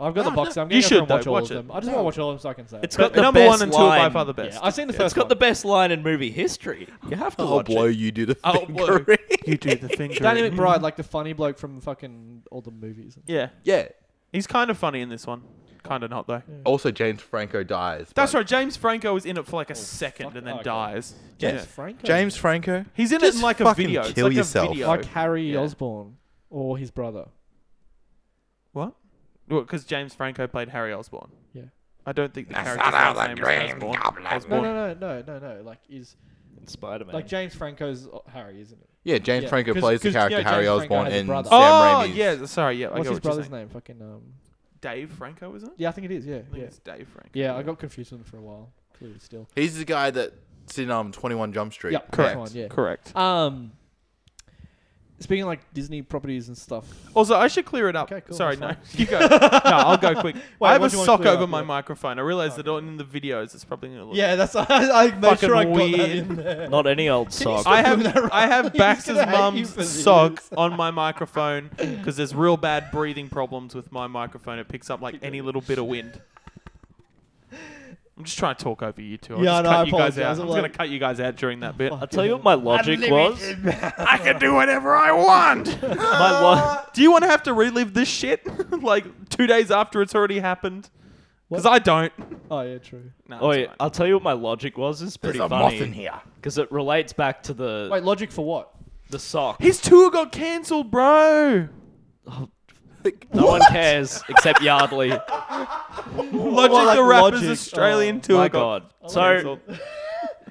Speaker 2: I've got the
Speaker 4: No,
Speaker 2: box.
Speaker 4: no.
Speaker 2: I'm
Speaker 3: You
Speaker 2: gonna go through
Speaker 3: should,
Speaker 2: and watch
Speaker 3: though.
Speaker 2: all
Speaker 3: Watch
Speaker 2: of
Speaker 3: it.
Speaker 2: them. I just want to watch all of them so I can say. it.
Speaker 1: It's got the
Speaker 3: number
Speaker 1: best
Speaker 3: one and two are
Speaker 1: line.
Speaker 3: by far the best.
Speaker 2: yeah, I've seen the
Speaker 1: It's
Speaker 2: first
Speaker 1: got
Speaker 2: one.
Speaker 1: the best line in movie history. You have to
Speaker 4: I'll
Speaker 1: watch
Speaker 4: blow
Speaker 1: it.
Speaker 4: Oh, you do the
Speaker 3: I'll blow.
Speaker 4: fingering.
Speaker 3: Oh, you do the finger.
Speaker 2: Danny McBride, like the funny bloke from fucking all the movies.
Speaker 3: Yeah.
Speaker 4: Yeah.
Speaker 3: He's kind of funny in this one. Kind of not though.
Speaker 4: Also, James Franco dies.
Speaker 3: That's
Speaker 4: but-
Speaker 3: right. James Franco is in it for like a second
Speaker 2: fuck.
Speaker 3: and then
Speaker 2: Oh, okay.
Speaker 3: dies.
Speaker 4: Yes.
Speaker 3: Yeah.
Speaker 2: Franco.
Speaker 4: James Franco.
Speaker 3: He's in it
Speaker 4: Just
Speaker 3: in like a
Speaker 4: fucking
Speaker 3: video. It's
Speaker 4: kill
Speaker 3: like
Speaker 4: yourself.
Speaker 3: a video.
Speaker 2: Like Harry
Speaker 3: Yeah.
Speaker 2: Osborn or his brother.
Speaker 3: what? Because James Franco played Harry Osborn.
Speaker 2: Yeah.
Speaker 3: I don't think the
Speaker 4: That's
Speaker 3: character's
Speaker 4: not
Speaker 3: last
Speaker 4: the
Speaker 3: name
Speaker 4: Green
Speaker 3: is Osborn.
Speaker 4: Goblin.
Speaker 2: No,
Speaker 3: Osborn.
Speaker 2: no, no, no, no, no. Like is
Speaker 1: Spider Man.
Speaker 2: like James Franco's uh, Harry, isn't it?
Speaker 4: Yeah, James
Speaker 2: Yeah,
Speaker 4: Franco
Speaker 2: 'cause-
Speaker 4: plays the
Speaker 2: 'cause,
Speaker 4: character
Speaker 2: you know,
Speaker 4: Harry
Speaker 2: James Franco
Speaker 4: Osborn
Speaker 2: has a
Speaker 4: in
Speaker 2: brother.
Speaker 4: Sam
Speaker 3: Oh
Speaker 4: Raimi's.
Speaker 3: yeah, sorry, yeah, I
Speaker 2: What's
Speaker 3: get
Speaker 2: his
Speaker 3: what you're
Speaker 2: brother's
Speaker 3: saying.
Speaker 2: name? Fucking um.
Speaker 3: Dave Franco, isn't it?
Speaker 2: Yeah, I think it is. Yeah,
Speaker 3: I think
Speaker 2: yeah,
Speaker 3: it's Dave Franco.
Speaker 2: yeah. I got confused with him for a while. Clearly, still.
Speaker 4: He's the guy that's in um 21 Jump Street.
Speaker 2: Yeah,
Speaker 3: Correct.
Speaker 2: One, yeah.
Speaker 3: Correct.
Speaker 2: Um. Speaking of, like Disney properties and stuff.
Speaker 3: Also, I should clear it up.
Speaker 2: Okay, cool,
Speaker 3: Sorry, no,
Speaker 2: that's
Speaker 3: you go. no, I'll go quick. I have a
Speaker 2: what do you wanna
Speaker 3: sock
Speaker 2: clear
Speaker 3: over
Speaker 2: up?
Speaker 3: my
Speaker 2: Yeah.
Speaker 3: microphone. I realised that on in the videos, it's probably gonna look.
Speaker 2: Yeah, that's I, I made
Speaker 3: Fucking
Speaker 2: sure I got
Speaker 3: weird.
Speaker 2: that in there.
Speaker 1: Not any old sock.
Speaker 3: I have
Speaker 2: that right.
Speaker 3: I have
Speaker 2: He's
Speaker 3: Bax's
Speaker 2: gonna hate you
Speaker 3: mum's
Speaker 2: for this.
Speaker 3: sock on my microphone because there's real bad breathing problems with my microphone. It picks up like any little bit of wind. I'm just trying to talk over you two. I'll
Speaker 2: Yeah,
Speaker 3: just
Speaker 2: no,
Speaker 3: cut
Speaker 2: I
Speaker 3: you guys
Speaker 2: apologise.
Speaker 3: out.
Speaker 2: I'm
Speaker 3: I'm just gonna
Speaker 2: like-
Speaker 3: cut you guys out during that bit.
Speaker 1: I'll tell you what my logic was.
Speaker 3: I can do whatever I want.
Speaker 1: My lo-
Speaker 3: Do you want to have to relive this shit like two days after it's already happened? Because
Speaker 2: What?
Speaker 3: I don't.
Speaker 2: Oh yeah, true.
Speaker 3: No,
Speaker 1: Oh,
Speaker 3: it's
Speaker 1: yeah,
Speaker 3: fine.
Speaker 1: I'll tell you what my logic was. It's
Speaker 4: There's
Speaker 1: pretty
Speaker 4: a moth in
Speaker 1: funny
Speaker 4: here.
Speaker 1: because it relates back to the
Speaker 2: Wait, logic for what?
Speaker 1: the sock.
Speaker 3: His tour got cancelled, bro.
Speaker 1: No one cares except Yardley.
Speaker 3: Logic
Speaker 2: like
Speaker 3: the rapper's
Speaker 2: Logic?
Speaker 3: Australian
Speaker 2: Oh.
Speaker 3: tour
Speaker 1: My
Speaker 3: got
Speaker 1: God. So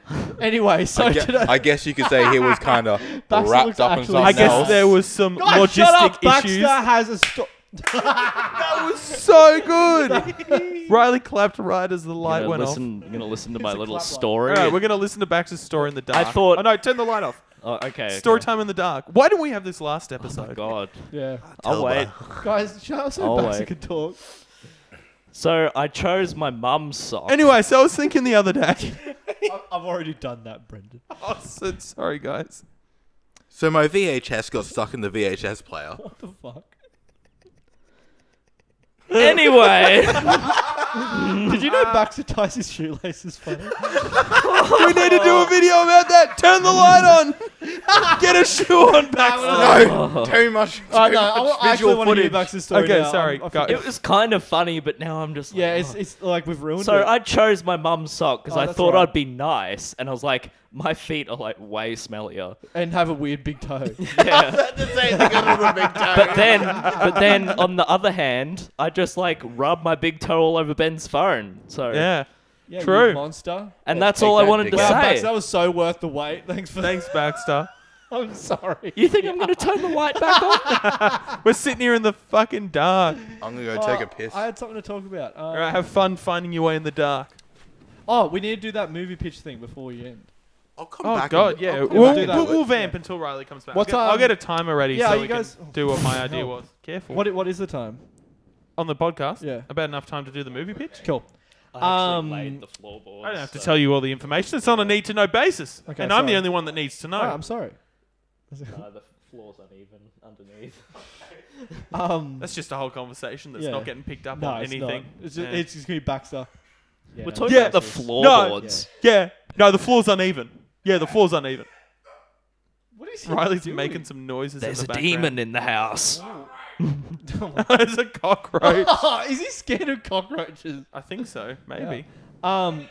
Speaker 3: cancelled.
Speaker 2: Anyway, so
Speaker 4: I, gue-
Speaker 2: today,
Speaker 4: I guess you could say he was kind of
Speaker 2: Baxter
Speaker 4: wrapped
Speaker 2: looks
Speaker 4: up in
Speaker 2: actually
Speaker 4: something
Speaker 3: I guess
Speaker 4: else.
Speaker 3: there was some
Speaker 2: God,
Speaker 3: logistic
Speaker 2: shut up,
Speaker 3: issues.
Speaker 2: Baxter has a sto-
Speaker 3: That was so good. Riley clapped right as the light
Speaker 1: I'm gonna
Speaker 3: went off.
Speaker 1: listen, I'm gonna listen to my
Speaker 2: a
Speaker 1: little
Speaker 2: clap line.
Speaker 1: story.
Speaker 3: All right, we're gonna listen to Baxter's story in the dark.
Speaker 1: thought-
Speaker 3: Oh no, turn the light off.
Speaker 1: Oh, okay. okay.
Speaker 3: Story time in the dark. Why didn't we have this last episode?
Speaker 1: Oh, God.
Speaker 2: yeah.
Speaker 1: I'll wait.
Speaker 2: Guys, shut up so
Speaker 1: Oh,
Speaker 2: Baxter
Speaker 1: wait.
Speaker 2: can talk.
Speaker 1: So I chose my mum's sock.
Speaker 3: Anyway, so I was thinking the other day.
Speaker 2: I've already done that, Brendan.
Speaker 3: oh, so, sorry, guys.
Speaker 4: So my VHS got stuck in the VHS player.
Speaker 2: What the fuck?
Speaker 1: Anyway,
Speaker 2: Did you
Speaker 3: Uh,
Speaker 2: know Baxter ties his shoelaces funny?
Speaker 3: We need to do a video about that. Turn the light on. Get a shoe on, Baxter.
Speaker 4: No, too much, too
Speaker 2: Oh, no, I,
Speaker 4: much
Speaker 2: I actually
Speaker 4: visual
Speaker 2: want to hear
Speaker 4: footage.
Speaker 2: Baxter's story.
Speaker 3: Okay,
Speaker 2: now.
Speaker 3: sorry,
Speaker 2: I'm- I
Speaker 3: go.
Speaker 2: forgot.
Speaker 1: it was kind of funny, but now I'm just like, oh,
Speaker 2: Yeah, it's, it's like we've ruined
Speaker 1: So
Speaker 2: it.
Speaker 1: I chose my mum's sock because
Speaker 2: Oh,
Speaker 1: I
Speaker 2: that's
Speaker 1: thought
Speaker 2: right.
Speaker 1: I'd be nice, and I was like, my feet are like way smellier.
Speaker 2: and have a weird big toe.
Speaker 1: Yeah. but
Speaker 4: but
Speaker 1: then, but then on the other hand, I just like rubbed my big toe all over Ben's phone. So
Speaker 3: Yeah.
Speaker 2: yeah, you
Speaker 3: True.
Speaker 2: monster.
Speaker 1: and that's
Speaker 4: Take
Speaker 1: all I
Speaker 4: that,
Speaker 1: wanted
Speaker 4: dick.
Speaker 1: to
Speaker 2: Wow,
Speaker 4: Wow,
Speaker 1: say.
Speaker 2: Baxter, that was so worth the wait. Thanks for
Speaker 3: Thanks, Baxter.
Speaker 2: I'm sorry.
Speaker 1: you think I'm gonna turn the light back on?
Speaker 3: We're sitting here in the fucking dark.
Speaker 4: I'm gonna go take a piss.
Speaker 2: Oh, I had something to talk about. Uh,
Speaker 3: All right, have fun finding your way in the dark.
Speaker 2: Oh, we need to do that movie pitch thing before we end.
Speaker 4: I'll come
Speaker 3: Oh
Speaker 4: back.
Speaker 3: God,
Speaker 4: and-
Speaker 3: yeah.
Speaker 4: I'll come
Speaker 3: We'll,
Speaker 4: back and
Speaker 2: do that.
Speaker 3: we'll,
Speaker 4: do
Speaker 3: we'll
Speaker 4: it.
Speaker 3: vamp until Riley comes back. I'll,
Speaker 2: What
Speaker 3: get, I'll
Speaker 2: time-
Speaker 3: get a timer ready
Speaker 2: Yeah,
Speaker 3: so
Speaker 2: you
Speaker 3: we
Speaker 2: guys-
Speaker 3: can do what my idea
Speaker 2: Help.
Speaker 3: was. Careful
Speaker 2: What i- What is the time?
Speaker 3: on the podcast.
Speaker 2: Yeah.
Speaker 3: about enough time to do the movie pitch.
Speaker 2: Cool.
Speaker 1: I
Speaker 2: Um,
Speaker 1: actually laid the floorboards.
Speaker 3: I don't have to
Speaker 1: so-
Speaker 3: tell you all the information. It's on a need to know basis,
Speaker 2: Okay,
Speaker 3: and I'm the
Speaker 2: sorry.
Speaker 3: only one that needs to know.
Speaker 2: Oh, I'm sorry.
Speaker 1: No, the floor's uneven underneath.
Speaker 2: Um,
Speaker 3: That's just a whole conversation that's
Speaker 2: Yeah.
Speaker 3: not getting picked up
Speaker 2: no,
Speaker 3: on
Speaker 2: it's
Speaker 3: anything.
Speaker 2: Not. It's just,
Speaker 3: Yeah.
Speaker 2: it's just gonna be Baxter.
Speaker 1: We're talking
Speaker 3: Yeah.
Speaker 1: about the floorboards.
Speaker 3: yeah. No, the floor's uneven. Yeah, the floor's uneven.
Speaker 2: What is
Speaker 3: Riley's making some noises.
Speaker 1: There's
Speaker 3: in
Speaker 1: a
Speaker 3: the background.
Speaker 1: demon in the house.
Speaker 3: There's a cockroach.
Speaker 2: is he scared of cockroaches?
Speaker 3: I think so. Maybe
Speaker 2: Um,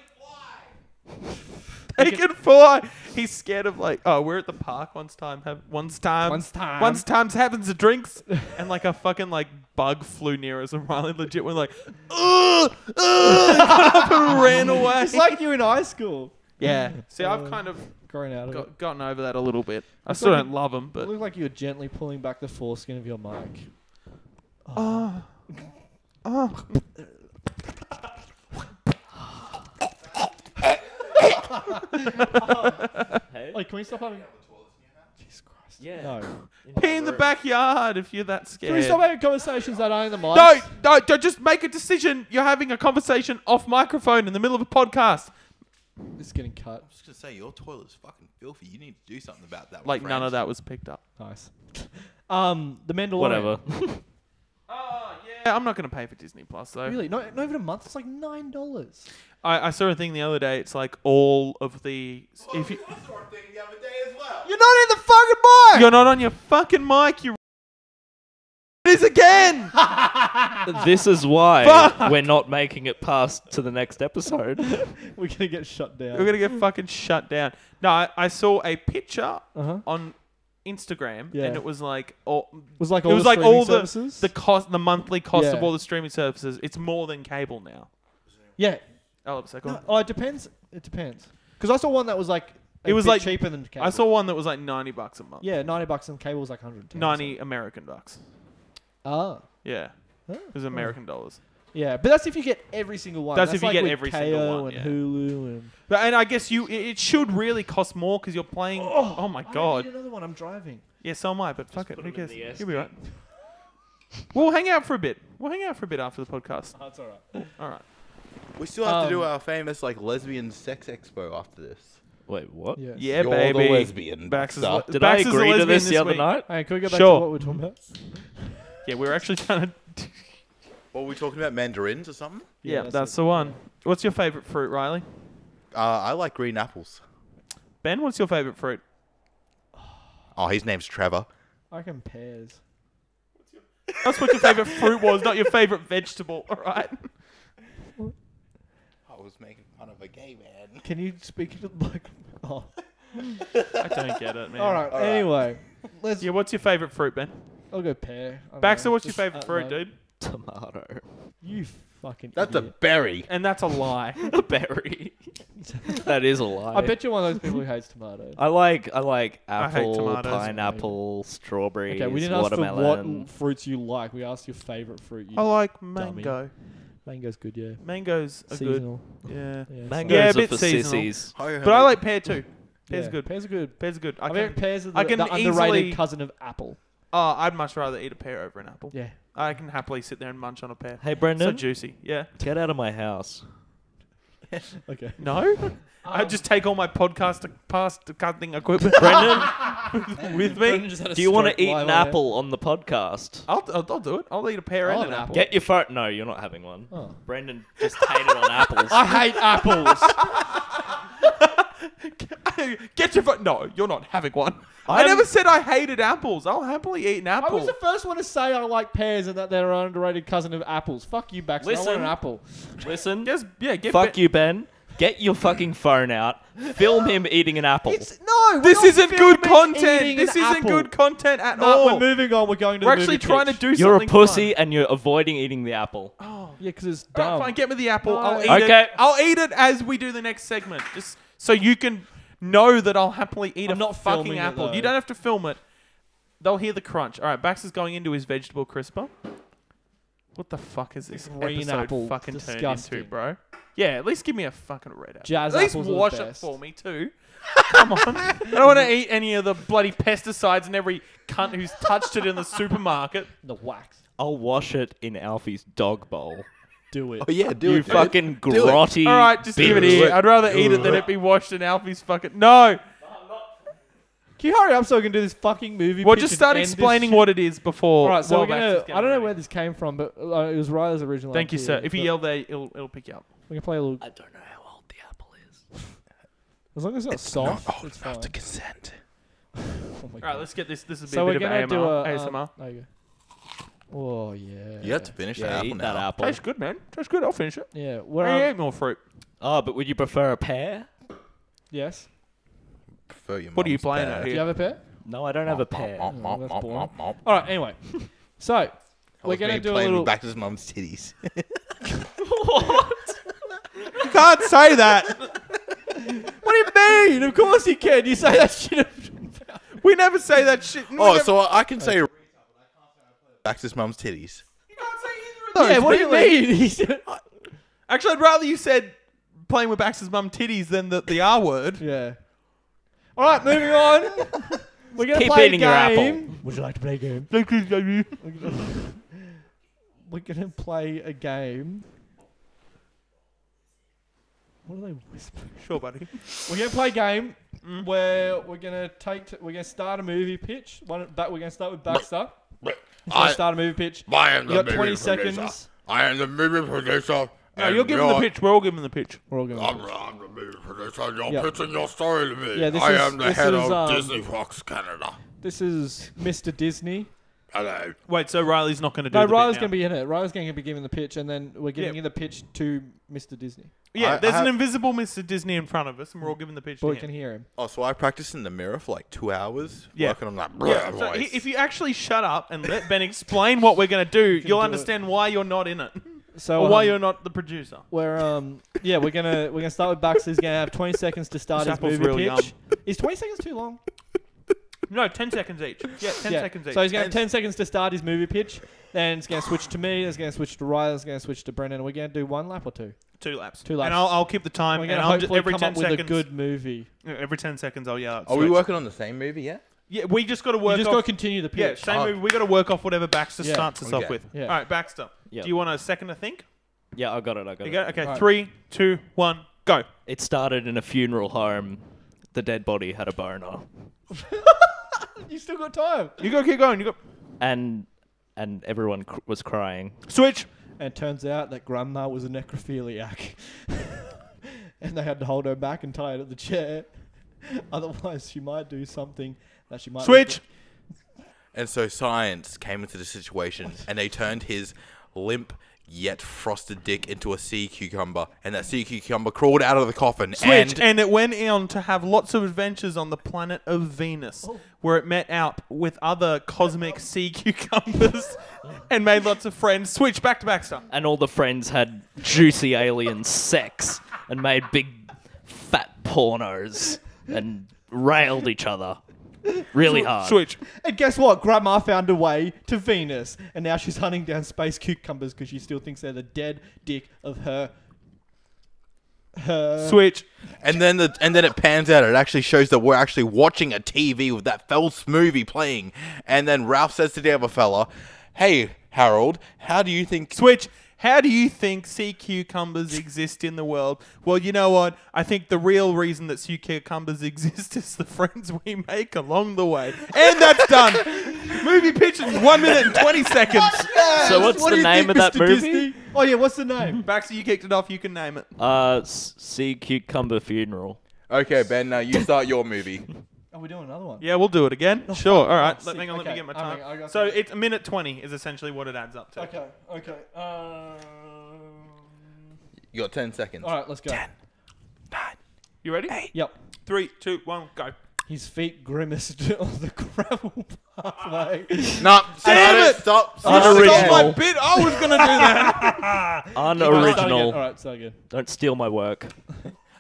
Speaker 3: they can fly. He's scared of like. Oh, we're at the park once time. Have once time.
Speaker 2: Once time.
Speaker 3: Once times happens the drinks, Um, and like a fucking like bug flew near us, and Riley legit went like, ugh, ugh, got up and ran away.
Speaker 2: it's like you in high school,
Speaker 3: yeah. See, I've
Speaker 2: Uh,
Speaker 3: kind of
Speaker 2: growing out of it.
Speaker 3: got, gotten over that a little bit. I still
Speaker 2: like
Speaker 3: don't love him,
Speaker 2: It
Speaker 3: but
Speaker 2: looked like you were gently pulling back the foreskin of your mic.
Speaker 3: oh, oh.
Speaker 2: Like, can we stop having? Jesus Christ.
Speaker 1: Yeah.
Speaker 2: No.
Speaker 3: pee in the backyard if you're that
Speaker 2: Can we
Speaker 3: scared.
Speaker 2: stop having conversations that aren't in the mic?
Speaker 3: No, no, don't just make a decision. You're having a conversation off microphone in the middle of a podcast.
Speaker 2: It's getting cut.
Speaker 4: was gonna say your toilet's fucking filthy. You need to do something about that.
Speaker 3: Like none of that was picked up.
Speaker 2: Nice. Um, the Mandalorian.
Speaker 1: Whatever.
Speaker 3: Oh yeah, I'm not gonna pay for Disney Plus though.
Speaker 2: Really? Not, not even a month. It's like nine dollars.
Speaker 3: I, I saw a thing the other day. It's like all of the
Speaker 4: Oh,
Speaker 3: if you
Speaker 4: thing the other day as well.
Speaker 2: You're not in the fucking mic.
Speaker 3: you're not on your fucking mic, you it is again.
Speaker 1: this is why
Speaker 3: Fuck!
Speaker 1: we're not making it past to the next episode.
Speaker 2: We're gonna get shut down.
Speaker 3: We're gonna get fucking shut down. No, I, I saw a picture
Speaker 2: Uh-huh.
Speaker 3: on Instagram,
Speaker 2: Yeah.
Speaker 3: and it was like all
Speaker 2: Was like
Speaker 3: it
Speaker 2: all
Speaker 3: was
Speaker 2: the
Speaker 3: like
Speaker 2: streaming
Speaker 3: all the
Speaker 2: services?
Speaker 3: the cost, the monthly cost of
Speaker 2: Yeah.
Speaker 3: all the streaming services. It's more than cable now.
Speaker 2: yeah.
Speaker 3: Oh, a second.
Speaker 2: No, oh, it depends. It depends. Because I saw one that was like a
Speaker 3: It was
Speaker 2: bit
Speaker 3: like-
Speaker 2: cheaper than cable.
Speaker 3: I saw one that was like ninety bucks a month.
Speaker 2: yeah, ninety bucks and cable was like hundred.
Speaker 3: ninety American bucks.
Speaker 2: Ah.
Speaker 3: Yeah,
Speaker 2: Huh?
Speaker 3: it was
Speaker 2: oh.
Speaker 3: American dollars.
Speaker 2: Yeah, but that's if you get every single one.
Speaker 3: That's if you
Speaker 2: like
Speaker 3: get
Speaker 2: with
Speaker 3: every
Speaker 2: KO
Speaker 3: single one,
Speaker 2: and
Speaker 3: yeah. Oh,
Speaker 2: Hulu and.
Speaker 3: But, and I guess you, it, it should really cost more because you're playing. Oh, my
Speaker 2: I
Speaker 3: god.
Speaker 2: need another one. I'm driving.
Speaker 3: Yeah, so am I. But fuck it.
Speaker 1: put 'em
Speaker 3: Who
Speaker 1: in
Speaker 3: cares?
Speaker 1: the S
Speaker 3: You'll be right. We'll hang out for a bit. We'll hang out for a bit after the podcast.
Speaker 2: That's all right.
Speaker 3: Oh, All right.
Speaker 4: We still have to do
Speaker 2: Um,
Speaker 4: our famous like lesbian sex expo after this.
Speaker 1: Wait, what?
Speaker 2: Yeah.
Speaker 3: Yeah,
Speaker 4: You're
Speaker 3: baby.
Speaker 4: the lesbian.
Speaker 3: Bax is
Speaker 4: Baxter.
Speaker 3: le-
Speaker 1: Did
Speaker 3: Bax
Speaker 1: I
Speaker 3: is a
Speaker 1: agree to
Speaker 3: lesbian
Speaker 1: this the other
Speaker 3: week.
Speaker 1: night?
Speaker 2: Hey, can we go back
Speaker 3: Sure.
Speaker 2: to what we we're talking about?
Speaker 3: Yeah, we were actually trying to.
Speaker 4: What were we talking about? Mandarins or something?
Speaker 3: Yeah, that's,
Speaker 2: it.
Speaker 3: the one. What's your favorite fruit, Riley?
Speaker 4: Uh, I like green apples.
Speaker 3: Ben, what's your favorite fruit?
Speaker 4: Oh, his name's Trevor.
Speaker 2: I reckon pears.
Speaker 3: That's what your favorite fruit was, not your favorite vegetable. All right.
Speaker 4: I was making fun of a gay man.
Speaker 2: Can you speak to the mic? Oh.
Speaker 3: I don't get it, man.
Speaker 2: All right.
Speaker 4: right.
Speaker 2: Anyway, let's.
Speaker 3: Yeah, what's your favorite fruit, Ben?
Speaker 2: I'll go pear. I don't
Speaker 3: Baxter,
Speaker 2: know,
Speaker 3: what's your
Speaker 2: just uh,
Speaker 3: favorite
Speaker 2: at
Speaker 3: fruit,
Speaker 2: night.
Speaker 3: dude?
Speaker 1: Tomato.
Speaker 2: You fucking.
Speaker 4: That's a
Speaker 2: idiot.
Speaker 4: berry.
Speaker 3: And that's a lie.
Speaker 1: A berry. that is a lie.
Speaker 2: I bet you're one of those people who hates tomatoes.
Speaker 1: I like I like
Speaker 3: I hate
Speaker 1: apple,
Speaker 3: tomatoes.
Speaker 1: pineapple, strawberries,
Speaker 2: Okay, we didn't ask for what
Speaker 1: watermelon.
Speaker 2: l- fruits you like. We asked your favorite fruit. You
Speaker 3: I like mango.
Speaker 2: Mango's good, yeah.
Speaker 3: Mangoes are
Speaker 2: Seasonal.
Speaker 3: good. Yeah.
Speaker 2: Yeah,
Speaker 1: Mangoes
Speaker 2: so-
Speaker 3: Yeah, a
Speaker 1: are
Speaker 3: bit
Speaker 1: for
Speaker 3: seasonal.
Speaker 1: sissies.
Speaker 3: But I like pear too. Pear's
Speaker 2: yeah,
Speaker 3: good.
Speaker 2: Pears are good.
Speaker 3: Pear's good. I,
Speaker 2: I,
Speaker 3: can,
Speaker 2: think pears are the,
Speaker 3: I can
Speaker 2: the
Speaker 3: easily-
Speaker 2: underrated cousin of apple.
Speaker 3: oh, I'd much rather eat a pear over an apple.
Speaker 2: Yeah.
Speaker 3: I can happily sit there and munch on a pear.
Speaker 1: Hey
Speaker 3: so
Speaker 1: Brendan,
Speaker 3: juicy. Yeah.
Speaker 1: get out of my house.
Speaker 2: Okay. Um,
Speaker 3: No? I just take all my podcast past cutting equipment
Speaker 1: Brendan,
Speaker 3: with
Speaker 2: Brendan
Speaker 3: me.
Speaker 2: just had a
Speaker 1: do you want
Speaker 2: stroke
Speaker 1: to eat
Speaker 2: live
Speaker 1: an
Speaker 2: on air.
Speaker 1: apple on the podcast?
Speaker 3: I'll, I'll, I'll do it. I'll eat a pear
Speaker 2: I'll
Speaker 3: and an
Speaker 2: have an
Speaker 3: apple.
Speaker 2: apple.
Speaker 1: Get your phone. No, you're not having one.
Speaker 2: Oh.
Speaker 1: Brendan just hated on apples.
Speaker 2: I hate apples.
Speaker 3: Get your phone. No, you're not having one. i
Speaker 1: I'm-
Speaker 3: never said I hated apples. I'll happily eat an
Speaker 2: I was
Speaker 3: apple.
Speaker 2: the first one to say I like pears and that they're an underrated cousin of apples. Fuck you, Baxter. I
Speaker 1: Listen.
Speaker 2: want an apple.
Speaker 1: Listen,
Speaker 3: Yes, yeah, get
Speaker 1: fuck
Speaker 3: Ben-
Speaker 1: you, Ben. Get your fucking phone out. Film him eating an apple.
Speaker 2: It's no.
Speaker 3: This isn't good
Speaker 2: eating
Speaker 3: content. This
Speaker 2: an
Speaker 3: isn't
Speaker 2: apple.
Speaker 3: good content at
Speaker 2: No,
Speaker 3: all.
Speaker 2: we're moving on. We're going to.
Speaker 3: We're
Speaker 2: the
Speaker 3: actually
Speaker 2: movie
Speaker 3: trying
Speaker 2: pitch.
Speaker 3: to do
Speaker 1: You're a
Speaker 3: something.
Speaker 1: pussy and you're avoiding eating the apple.
Speaker 3: Fun.
Speaker 2: Yeah, because it's
Speaker 3: All right,
Speaker 2: dumb.
Speaker 3: fine, get me the apple. I'll eat
Speaker 1: No. Okay.
Speaker 3: it. I'll eat it as we do the next segment, just so you can know that I'll happily eat a
Speaker 2: I'm not
Speaker 3: fucking
Speaker 2: filming it,
Speaker 3: apple.
Speaker 2: though.
Speaker 3: you don't have to film it. They'll hear the crunch. All right, Bax is going into his vegetable crisper. What the fuck is this
Speaker 2: Green
Speaker 3: episode
Speaker 2: apple.
Speaker 3: fucking turned
Speaker 2: Disgusting.
Speaker 3: into, bro? Yeah, at least give me a fucking red apple.
Speaker 2: Jazz
Speaker 3: at least
Speaker 2: apples are the
Speaker 3: wash it
Speaker 2: best.
Speaker 3: for me too. Come on, I don't want to eat any of the bloody pesticides and every cunt who's touched it in the supermarket.
Speaker 2: the wax.
Speaker 1: I'll wash it in Alfie's dog bowl.
Speaker 2: Do it.
Speaker 4: Oh yeah, do
Speaker 1: you
Speaker 4: it. dude.
Speaker 1: fucking
Speaker 4: Do it.
Speaker 1: grotty.
Speaker 3: All right, just leave it
Speaker 1: bitch.
Speaker 3: here. I'd rather eat it than it be washed in Alfie's fucking. No.
Speaker 2: Can you hurry up so I can do this fucking movie?
Speaker 3: Well,
Speaker 2: pitch
Speaker 3: just
Speaker 2: and
Speaker 3: start
Speaker 2: end this
Speaker 3: explaining
Speaker 2: shit?
Speaker 3: what it is before.
Speaker 2: All right, so
Speaker 3: while
Speaker 2: we're
Speaker 3: Max
Speaker 2: gonna,
Speaker 3: is getting
Speaker 2: I don't know
Speaker 3: ready.
Speaker 2: where this came from, but uh, it was Ryder's original.
Speaker 3: Thank you,
Speaker 2: idea,
Speaker 3: sir. If you
Speaker 2: but
Speaker 3: yell there, it'll it'll pick you up.
Speaker 2: we can play a little.
Speaker 1: I don't know how old the apple is.
Speaker 2: As long as it's not soft, it's fine.
Speaker 4: consent.
Speaker 2: Oh my
Speaker 3: All right,
Speaker 2: God.
Speaker 3: let's get this. This is a bit,
Speaker 2: so we're
Speaker 3: bit of
Speaker 2: gonna
Speaker 3: AMR.
Speaker 2: do a
Speaker 3: ASMR.
Speaker 2: Um, there you go. Oh yeah.
Speaker 4: You have to finish
Speaker 1: Yeah,
Speaker 4: that apple
Speaker 1: eat that
Speaker 4: now.
Speaker 1: apple.
Speaker 3: Tastes good, man. Tastes good. I'll finish it.
Speaker 2: Yeah.
Speaker 3: I
Speaker 2: Where? Um,
Speaker 3: ate more fruit.
Speaker 1: Oh, but would you prefer a pear?
Speaker 2: yes.
Speaker 4: Prefer your
Speaker 3: What are you
Speaker 4: mum's
Speaker 3: playing
Speaker 4: dad.
Speaker 3: at
Speaker 2: Do
Speaker 3: here?
Speaker 2: you have a pair?
Speaker 1: No, I don't have a pear.
Speaker 4: Mop, mop,
Speaker 2: that's
Speaker 4: mop,
Speaker 2: boring.
Speaker 4: mop, mop.
Speaker 2: All right. Anyway, so
Speaker 4: That
Speaker 2: we're
Speaker 4: was
Speaker 2: gonna
Speaker 4: me
Speaker 2: do a
Speaker 4: playing with
Speaker 2: little.
Speaker 4: Baxter's mum's titties.
Speaker 3: You can't say that.
Speaker 2: What do you mean? Of course you can. You say that shit.
Speaker 3: We never say that shit. We
Speaker 4: oh,
Speaker 3: never-
Speaker 4: so I can say Baxter's mum's titties.
Speaker 2: yeah. What do you mean? He said-
Speaker 3: Actually, I'd rather you said playing with Baxter's mum titties than the, the R word.
Speaker 2: yeah. All right. Moving on. We're gonna
Speaker 1: Keep
Speaker 2: play
Speaker 1: eating
Speaker 2: a
Speaker 1: your apple.
Speaker 2: game. Would you like to play a game?
Speaker 3: That's
Speaker 2: We're gonna play a game. What are they whispering?
Speaker 3: sure, buddy.
Speaker 2: We're gonna play a game where we're gonna take. T- we're gonna start a movie pitch. One, back, we're gonna start with Baxter. He's gonna
Speaker 4: I-
Speaker 2: start a movie pitch.
Speaker 4: I am
Speaker 2: You got twenty seconds.
Speaker 4: I am the movie producer.
Speaker 3: No, you're giving the pitch. We're all giving the pitch.
Speaker 2: We're all going.
Speaker 4: I'm the movie producer. You're
Speaker 2: Yeah.
Speaker 4: pitching your story to me.
Speaker 2: Yeah, this I is- am the this head is, of um, Disney
Speaker 4: Fox Canada.
Speaker 2: This is Mr. Disney.
Speaker 4: Hello.
Speaker 3: Wait, so Riley's not going to do
Speaker 2: No,
Speaker 3: the bit
Speaker 2: Ryder's
Speaker 3: now.
Speaker 2: gonna be in it. Ryder's gonna be giving the pitch, and then we're giving
Speaker 3: Yeah.
Speaker 2: you the pitch to Mr. Disney,
Speaker 3: Yeah,
Speaker 4: I-
Speaker 3: there's
Speaker 4: I
Speaker 3: an
Speaker 4: have-
Speaker 3: invisible Mr. Disney in front of us, and we're all giving the pitch
Speaker 2: but
Speaker 3: to
Speaker 2: we
Speaker 3: him.
Speaker 2: can hear him.
Speaker 4: Oh, so I practiced in the mirror for like two hours.
Speaker 3: Yeah.
Speaker 4: Working on that
Speaker 3: Yeah,
Speaker 4: brr
Speaker 3: so i-
Speaker 4: voice.
Speaker 3: if you actually shut up and let Ben explain what we're going to do, you'll
Speaker 2: do it.
Speaker 3: understand why you're not in it,
Speaker 2: So
Speaker 4: Oh,
Speaker 3: or why
Speaker 2: um,
Speaker 3: you're not the producer.
Speaker 2: We're um yeah we're gonna we're gonna start with Baxter. He's gonna have twenty seconds to start
Speaker 3: This
Speaker 2: his
Speaker 3: apple's
Speaker 2: movie
Speaker 3: really
Speaker 2: pitch. Is twenty seconds too long?
Speaker 3: No, ten seconds each. Yeah, ten
Speaker 2: Yeah.
Speaker 3: seconds each.
Speaker 2: So he's gonna have ten seconds to start his movie pitch. Then it's gonna switch to me. It's gonna switch to Ryder. It's gonna switch to Brendan. We're gonna do one lap or two.
Speaker 3: two laps.
Speaker 2: Two laps.
Speaker 3: And I'll, I'll keep the time.
Speaker 2: we're
Speaker 3: and
Speaker 2: gonna
Speaker 3: I'll ju-
Speaker 2: hopefully
Speaker 3: every
Speaker 2: come
Speaker 3: ten
Speaker 2: up with
Speaker 3: seconds,
Speaker 2: a good movie.
Speaker 3: yeah, Every ten seconds, I'll yell. out,
Speaker 4: Are we
Speaker 3: "Switch."
Speaker 4: working on the same movie yet?
Speaker 3: Yeah, we just got to work.
Speaker 2: you just
Speaker 3: off-
Speaker 2: gotta continue the
Speaker 3: Yeah,
Speaker 2: pitch.
Speaker 3: same
Speaker 4: Oh.
Speaker 3: movie. We got to work off whatever Baxter
Speaker 2: Yeah.
Speaker 3: starts us off
Speaker 4: Okay.
Speaker 3: with.
Speaker 2: Yeah.
Speaker 3: All right, Baxter.
Speaker 1: Yeah.
Speaker 3: Do you want a second to think?
Speaker 1: Yeah, I got it. I got
Speaker 3: You
Speaker 1: it.
Speaker 3: go? Okay,
Speaker 2: All right.
Speaker 3: three, two, one, go.
Speaker 1: It started in a funeral home. The dead body had a boner,
Speaker 2: You still got time.
Speaker 3: You go. Keep going. You go.
Speaker 1: and and everyone cr- was crying.
Speaker 3: Switch.
Speaker 2: And it turns out that grandma was a necrophiliac, and they had to hold her back and tie her to the chair. Otherwise, she might do something that she might
Speaker 3: Switch.
Speaker 4: And so science came into the situation, and they turned his limp yet frosted dick into a sea cucumber, and that sea cucumber crawled out of the coffin.
Speaker 3: Switch, and,
Speaker 4: and
Speaker 3: it went on to have lots of adventures on the planet of Venus, where it met out with other cosmic sea cucumbers and made lots of friends. Switch back to Baxter.
Speaker 1: And all the friends had juicy alien sex and made big fat pornos and railed each other really hard.
Speaker 3: Switch.
Speaker 2: And guess what? Grandma found a way to Venus, and now she's hunting down space cucumbers because she still thinks they're the dead dick of her. Her.
Speaker 3: Switch.
Speaker 4: and then the and then it pans out. It actually shows that we're actually watching a TV with that Phelps movie playing, and then Ralph says to the other fella, "Hey Harold, how do you think?"
Speaker 3: Switch. How do you think sea cucumbers exist in the world? Well, you know what? I think the real reason that sea cucumbers exist is the friends we make along the way. And that's done. Movie pitch in one minute and 20 seconds.
Speaker 1: So what's
Speaker 2: What
Speaker 1: the
Speaker 2: do you
Speaker 1: name
Speaker 2: think,
Speaker 1: of that
Speaker 2: Mr.
Speaker 1: movie?
Speaker 2: Disney? Oh yeah, what's the name?
Speaker 3: Baxter, you kicked it off. You can name it.
Speaker 1: Uh, s- sea cucumber funeral.
Speaker 4: Okay, Ben, now you start your movie.
Speaker 2: Are we doing another one?
Speaker 3: Yeah, we'll do it again.
Speaker 1: Oh,
Speaker 3: sure. All right.
Speaker 2: fuck,
Speaker 3: Let,
Speaker 2: sick.
Speaker 3: hang on, let me
Speaker 2: Okay,
Speaker 3: get my
Speaker 2: I mean, I
Speaker 3: time.
Speaker 2: got
Speaker 3: So
Speaker 2: that.
Speaker 3: it's a minute 20 is essentially what it adds up to.
Speaker 2: Okay. Okay. Um,
Speaker 4: You got ten seconds.
Speaker 2: all right, let's go.
Speaker 3: You ready?
Speaker 2: Yep.
Speaker 3: Three, two, one, go.
Speaker 2: His feet grimaced on the gravel pathway.
Speaker 4: No,
Speaker 3: Damn
Speaker 4: stop
Speaker 3: it!
Speaker 1: Stop
Speaker 4: Stop. Stop.
Speaker 1: Original.
Speaker 3: Stole my bit. I was going to do that.
Speaker 1: Unoriginal.
Speaker 2: All right, so good.
Speaker 1: Don't steal my work.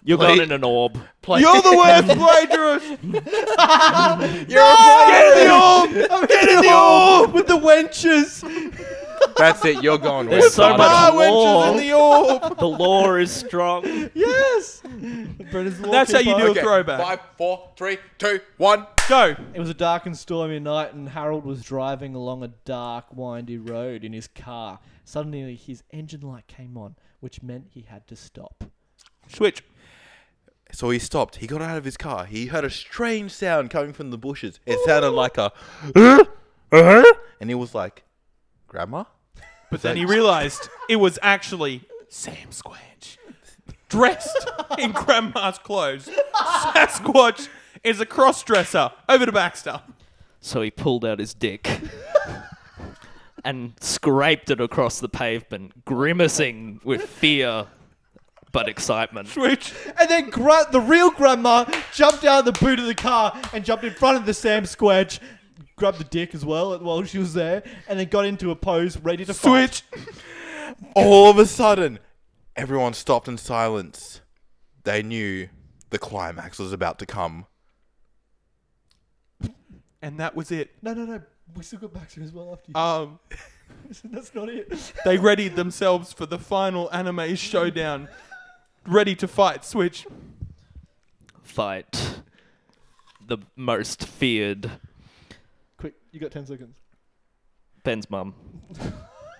Speaker 1: You're gone
Speaker 4: Wait.
Speaker 1: in an orb.
Speaker 3: You're the worst plagiarist.
Speaker 4: You're a player.
Speaker 2: Get in the orb with the wenches. Ah,
Speaker 4: That's it. You're gone. We're
Speaker 1: There's so
Speaker 4: starting
Speaker 1: much
Speaker 4: over.
Speaker 3: I went
Speaker 1: lore.
Speaker 3: to the orb.
Speaker 1: The lore is strong.
Speaker 2: Yes.
Speaker 3: That's how you do it.
Speaker 4: Okay,
Speaker 3: Throwback.
Speaker 4: Five, four, three, two, one.
Speaker 3: Go.
Speaker 2: It was a dark and stormy night, and Harold was driving along a dark, windy road in his car. Suddenly, his engine light came on, which meant he had to stop.
Speaker 3: Switch.
Speaker 4: So he stopped. He got out of his car. He heard a strange sound coming from the bushes. It sounded like a, Uh-huh?" and he was like, "Grandma."
Speaker 3: But then he realized it was actually Sam Squatch, dressed in grandma's clothes. Sasquatch is a cross dresser. Over to Baxter.
Speaker 1: So he pulled out his dick and scraped it across the pavement, grimacing with fear but excitement.
Speaker 3: Which
Speaker 2: And then gra- the real grandma jumped out of the boot of the car and jumped in front of the Sam Squatch, grabbed the dick as well while she was there, and then got into a pose ready to fight.
Speaker 3: switch.
Speaker 4: All of a sudden, everyone stopped in silence. They knew the climax was about to come.
Speaker 3: And that was it.
Speaker 2: No, no, no. We still got Baxter as well after
Speaker 4: Uh.
Speaker 2: you.
Speaker 3: Um,
Speaker 2: That's not it.
Speaker 3: they readied themselves for the final anime showdown. Ready to fight Switch.
Speaker 1: Fight the most feared
Speaker 2: Quick, you got 10 seconds.
Speaker 1: Ben's mum.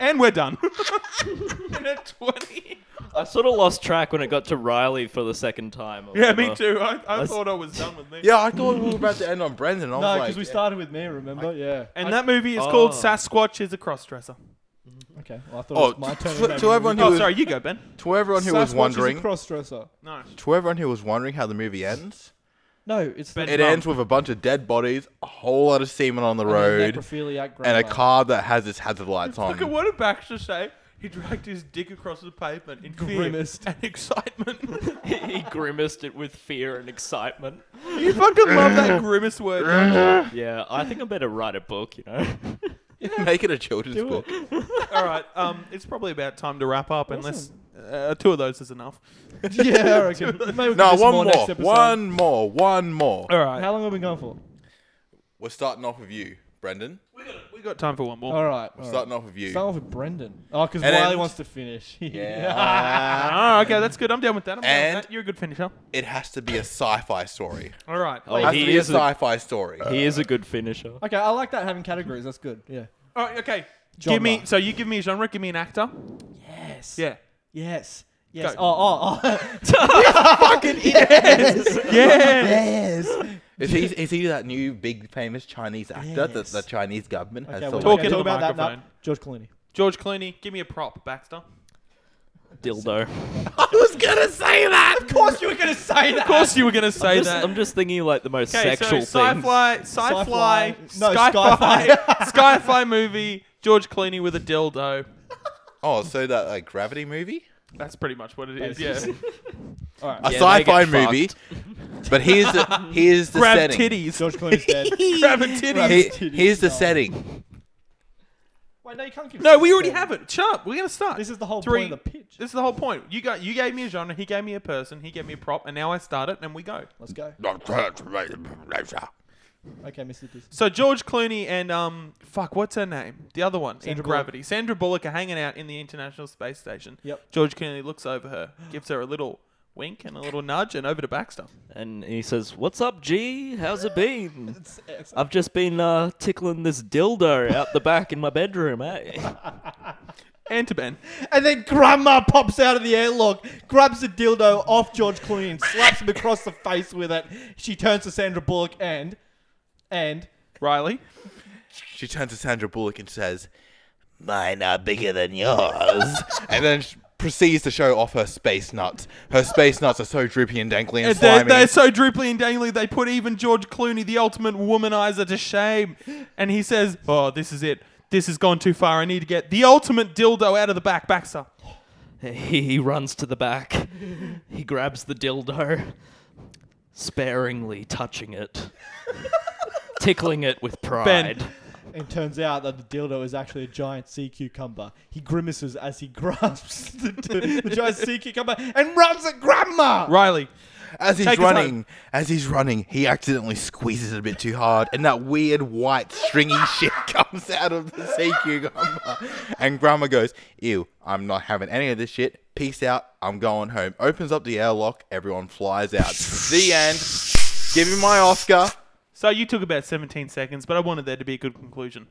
Speaker 3: And we're done. In a 20.
Speaker 1: I sort of lost track when it got to Riley for the second time. or
Speaker 3: Yeah, me
Speaker 1: whatever.
Speaker 3: too. I, I
Speaker 1: Oh. That's-
Speaker 3: thought I was done with this.
Speaker 4: Yeah, I thought we were about to end on Brendan. I was
Speaker 2: No,
Speaker 4: like,
Speaker 2: because we started with me, remember? yeah.
Speaker 3: And that movie is called
Speaker 1: Oh.
Speaker 3: Sasquatch is a Crossdresser.
Speaker 2: Okay. Well, I thought
Speaker 4: Oh,
Speaker 2: it was my turn.
Speaker 4: to, to everyone who
Speaker 3: Oh,
Speaker 4: was,
Speaker 3: sorry, you go, Ben.
Speaker 4: to everyone who was wondering,
Speaker 2: crossdresser.
Speaker 3: No.
Speaker 4: to everyone who was wondering how the movie ends,
Speaker 2: No, it's
Speaker 3: Ben-
Speaker 2: the
Speaker 4: it
Speaker 3: Mum.
Speaker 4: ends with a bunch of dead bodies, a whole lot of semen on the road,
Speaker 2: necrophiliac
Speaker 4: and a
Speaker 2: grandma.
Speaker 4: car that has its hazard lights
Speaker 3: Look at
Speaker 4: on.
Speaker 3: what did Baxter say? He dragged his dick across the pavement in fear
Speaker 2: Grimaced.
Speaker 3: and excitement.
Speaker 1: he grimaced it with fear and excitement.
Speaker 3: you fucking love that grimace word. don't you?
Speaker 1: Yeah, I think I better write a book, you know?
Speaker 4: Make it a children's book.
Speaker 3: All right, um, it's probably about time to wrap up, unless uh, two of those is enough.
Speaker 2: yeah, I reckon. Maybe we can
Speaker 4: No,
Speaker 2: do some
Speaker 4: one
Speaker 2: more
Speaker 4: more,
Speaker 2: next episode.
Speaker 4: one more, one more.
Speaker 3: All right,
Speaker 2: How long have we been going for?
Speaker 4: We're starting off with you, Brendan.
Speaker 3: we got time for one more.
Speaker 2: All right. all right.
Speaker 4: Starting off with you.
Speaker 2: Start off with Brendan. Oh, because
Speaker 4: And then-
Speaker 2: Wiley wants to finish.
Speaker 4: Yeah.
Speaker 3: Ah, okay, that's good. I'm down with that. I'm down
Speaker 4: And-
Speaker 3: with that. You're a good finisher.
Speaker 4: it has to be a sci-fi story.
Speaker 3: All right.
Speaker 1: Oh,
Speaker 4: has to
Speaker 1: he
Speaker 4: be a
Speaker 1: is a,
Speaker 4: sci-fi story.
Speaker 1: he is a good finisher.
Speaker 2: okay, I like that having categories. That's good. Yeah.
Speaker 3: All right. Okay. Give me.
Speaker 2: Genre.
Speaker 3: So you give me a genre. Give me an actor.
Speaker 2: Yes.
Speaker 3: Yeah.
Speaker 2: Yes. Yes.
Speaker 3: Go.
Speaker 2: Oh, oh, oh.
Speaker 3: Yeah.
Speaker 2: yes.
Speaker 4: Is he is he that new big famous Chinese actor that
Speaker 2: Yes.
Speaker 4: the Chinese government has
Speaker 2: Okay, we're
Speaker 4: sold?
Speaker 3: Talk
Speaker 2: talking
Speaker 3: into the
Speaker 2: about that now.
Speaker 3: microphone.
Speaker 2: George Clooney.
Speaker 3: George Clooney. Give me a prop, Baxter.
Speaker 1: Dildo.
Speaker 4: I was gonna say that. Of course you were gonna say
Speaker 3: Of course, you were gonna say
Speaker 1: Just-
Speaker 3: that.
Speaker 1: I'm just thinking like the most
Speaker 3: Okay, so
Speaker 1: sexual things.
Speaker 3: sci-fi, sci-fi,
Speaker 2: Sci-fi- no,
Speaker 3: sky-fi, sci-fi movie. George Clooney with a dildo.
Speaker 4: Oh, so that like gravity movie,
Speaker 3: That's pretty much what it is. Yeah.
Speaker 4: a
Speaker 1: Yeah, they
Speaker 4: sci-fi
Speaker 1: get
Speaker 4: movie. But here's the here's the
Speaker 3: Grab
Speaker 4: setting.
Speaker 3: titties.
Speaker 2: George Clooney's dead.
Speaker 3: Grab a titty.
Speaker 4: He-
Speaker 2: titties.
Speaker 4: here's the
Speaker 2: No.
Speaker 4: setting.
Speaker 2: Wait, no, you can't give
Speaker 3: No, we already have it. Shut up. We're gonna start.
Speaker 2: This is the whole
Speaker 3: Three.
Speaker 2: point of the pitch.
Speaker 3: This is the whole point. You got. You gave me a genre. He gave me a person. He gave me a prop, and now I start it, and we go.
Speaker 2: Let's go. Okay, Mr. Dis.
Speaker 3: So George Clooney and um, fuck, what's her name? The other one in
Speaker 2: Sandra Bullock.
Speaker 3: Gravity. Sandra Bullock are hanging out in the International Space Station.
Speaker 2: Yep.
Speaker 3: George Clooney looks over her, gives her a little wink and a little nudge, and over to Baxter.
Speaker 1: And he says, What's up, G? How's it been?
Speaker 2: It's-
Speaker 1: I've just been uh, tickling this dildo out the back in my bedroom, eh?
Speaker 3: And to Ben.
Speaker 2: And then Grandma pops out of the airlock, grabs the dildo off George Clooney and slaps him across the face with it. She turns to Sandra Bullock and and
Speaker 3: Riley.
Speaker 4: She turns to Sandra Bullock and says, "Mine are bigger than yours," and then. She, Proceeds to show off her space nuts. Her space nuts are so droopy and dangly and,
Speaker 3: And they're,
Speaker 4: slimy.
Speaker 3: they're so droopily and dangly, they put even George Clooney, the ultimate womanizer, to shame. And he says, Oh, this is it. This has gone too far. I need to get the ultimate dildo out of the back, Baxter.
Speaker 1: He, he runs to the back. He grabs the dildo, sparingly touching it, tickling it with pride.
Speaker 2: and turns out that the dildo is actually a giant sea cucumber. He grimaces as he grasps the, the giant sea cucumber and runs at Grandma.
Speaker 3: Riley.
Speaker 4: As he's
Speaker 3: Take us
Speaker 4: running,
Speaker 3: home.
Speaker 4: as he's running, he accidentally squeezes it a bit too hard, and that weird white stringy shit comes out of the sea cucumber. And Grandma goes, "Ew, I'm not having any of this shit. Peace out. I'm going home." Opens up the airlock. Everyone flies out. the end. Give me my Oscar.
Speaker 3: So you took about 17 seconds, but I wanted there to be a good conclusion.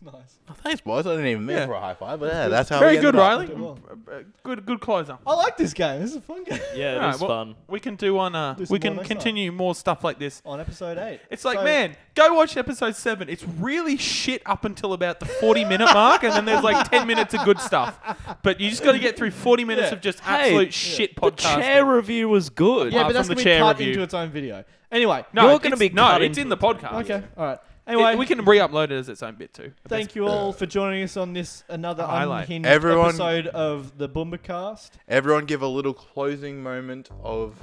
Speaker 2: Nice.
Speaker 4: Thanks, boys. I didn't even mean
Speaker 3: Yeah.
Speaker 4: for a high five, but yeah, that's how. we
Speaker 3: Very
Speaker 4: ended
Speaker 3: good,
Speaker 4: up.
Speaker 3: Riley.
Speaker 2: Did well.
Speaker 3: Uh, Good, good closer.
Speaker 2: I like this game. This is a fun game.
Speaker 1: Yeah, it
Speaker 3: Alright,
Speaker 1: was
Speaker 3: well,
Speaker 1: fun.
Speaker 3: We can do on. Uh,
Speaker 2: Do some
Speaker 3: we
Speaker 2: more
Speaker 3: can
Speaker 2: next time.
Speaker 3: continue more stuff like this.
Speaker 2: On episode eight.
Speaker 3: It's like,
Speaker 2: So-
Speaker 3: man, go watch episode seven. It's really shit up until about the forty-minute mark, and then there's like ten minutes of good stuff. But you just got to get through forty minutes
Speaker 2: Yeah.
Speaker 3: of just
Speaker 1: Hey,
Speaker 3: absolute
Speaker 1: yeah.
Speaker 3: shit
Speaker 1: The
Speaker 3: podcasting.
Speaker 1: chair review was good.
Speaker 2: Yeah,
Speaker 3: apart
Speaker 2: but that's
Speaker 3: from the
Speaker 2: gonna be
Speaker 3: chair
Speaker 2: cut
Speaker 3: review.
Speaker 2: into its own video. Anyway.
Speaker 3: no,
Speaker 1: You're gonna
Speaker 3: it's-
Speaker 1: be
Speaker 3: no,
Speaker 1: cut
Speaker 3: it's in the
Speaker 1: into
Speaker 3: podcast.
Speaker 2: Okay. All right.
Speaker 3: It-
Speaker 2: Anyway,
Speaker 3: we can re-upload it as its own bit too.
Speaker 2: thank you all for joining us on this another
Speaker 3: Highlight.
Speaker 2: unhinged
Speaker 4: Everyone-
Speaker 2: episode of the Boombacast.
Speaker 4: Everyone, give a little closing moment of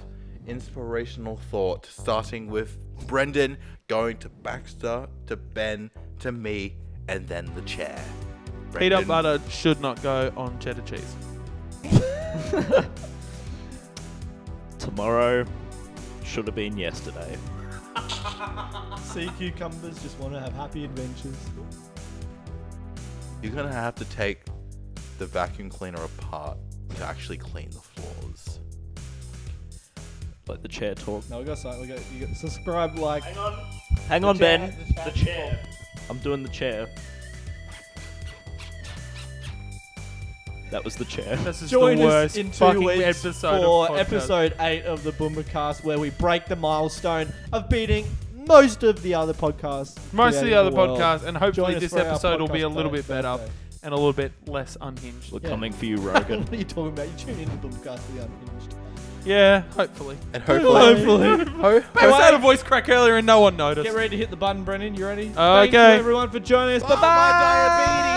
Speaker 4: inspirational thought, starting with Brendan going to Baxter, to Ben, to me, and then the chair.
Speaker 3: Peanut
Speaker 4: Brendan.
Speaker 3: butter should not go on cheddar cheese.
Speaker 1: Tomorrow should have been yesterday.
Speaker 2: Sea cucumbers just want to have happy adventures.
Speaker 4: You're gonna have to take the vacuum cleaner apart to actually clean the floors.
Speaker 1: Like the chair talk.
Speaker 2: No, we got something. We got you got subscribe, like.
Speaker 1: Hang on, Ben. The chair. I'm doing the chair. That was the chair.
Speaker 3: This is
Speaker 2: Join
Speaker 3: the
Speaker 2: us
Speaker 3: worst
Speaker 2: in two
Speaker 3: fucking
Speaker 2: weeks
Speaker 3: episode of
Speaker 2: for
Speaker 3: podcast.
Speaker 2: episode eight of the Boomercast, where we break the milestone of beating most of the other podcasts.
Speaker 3: Most of
Speaker 2: throughout
Speaker 3: the other
Speaker 2: world.
Speaker 3: podcasts, and hopefully
Speaker 2: Join us
Speaker 3: this
Speaker 2: for our
Speaker 3: episode will be a
Speaker 2: podcast
Speaker 3: little bit better
Speaker 2: birthday.
Speaker 3: and a little bit less unhinged.
Speaker 1: We're
Speaker 2: Yeah.
Speaker 1: coming for you,
Speaker 2: what
Speaker 1: Rogan.
Speaker 2: are you talking about? You tune in to Boomercast for the unhinged.
Speaker 3: Yeah, hopefully.
Speaker 4: And hopefully, ho-
Speaker 3: I was had a voice crack earlier and no one noticed.
Speaker 2: Get ready to hit the button, Brennan. You ready?
Speaker 3: Okay.
Speaker 2: Thank you, everyone, for joining us. Bye bye.
Speaker 4: diabetes.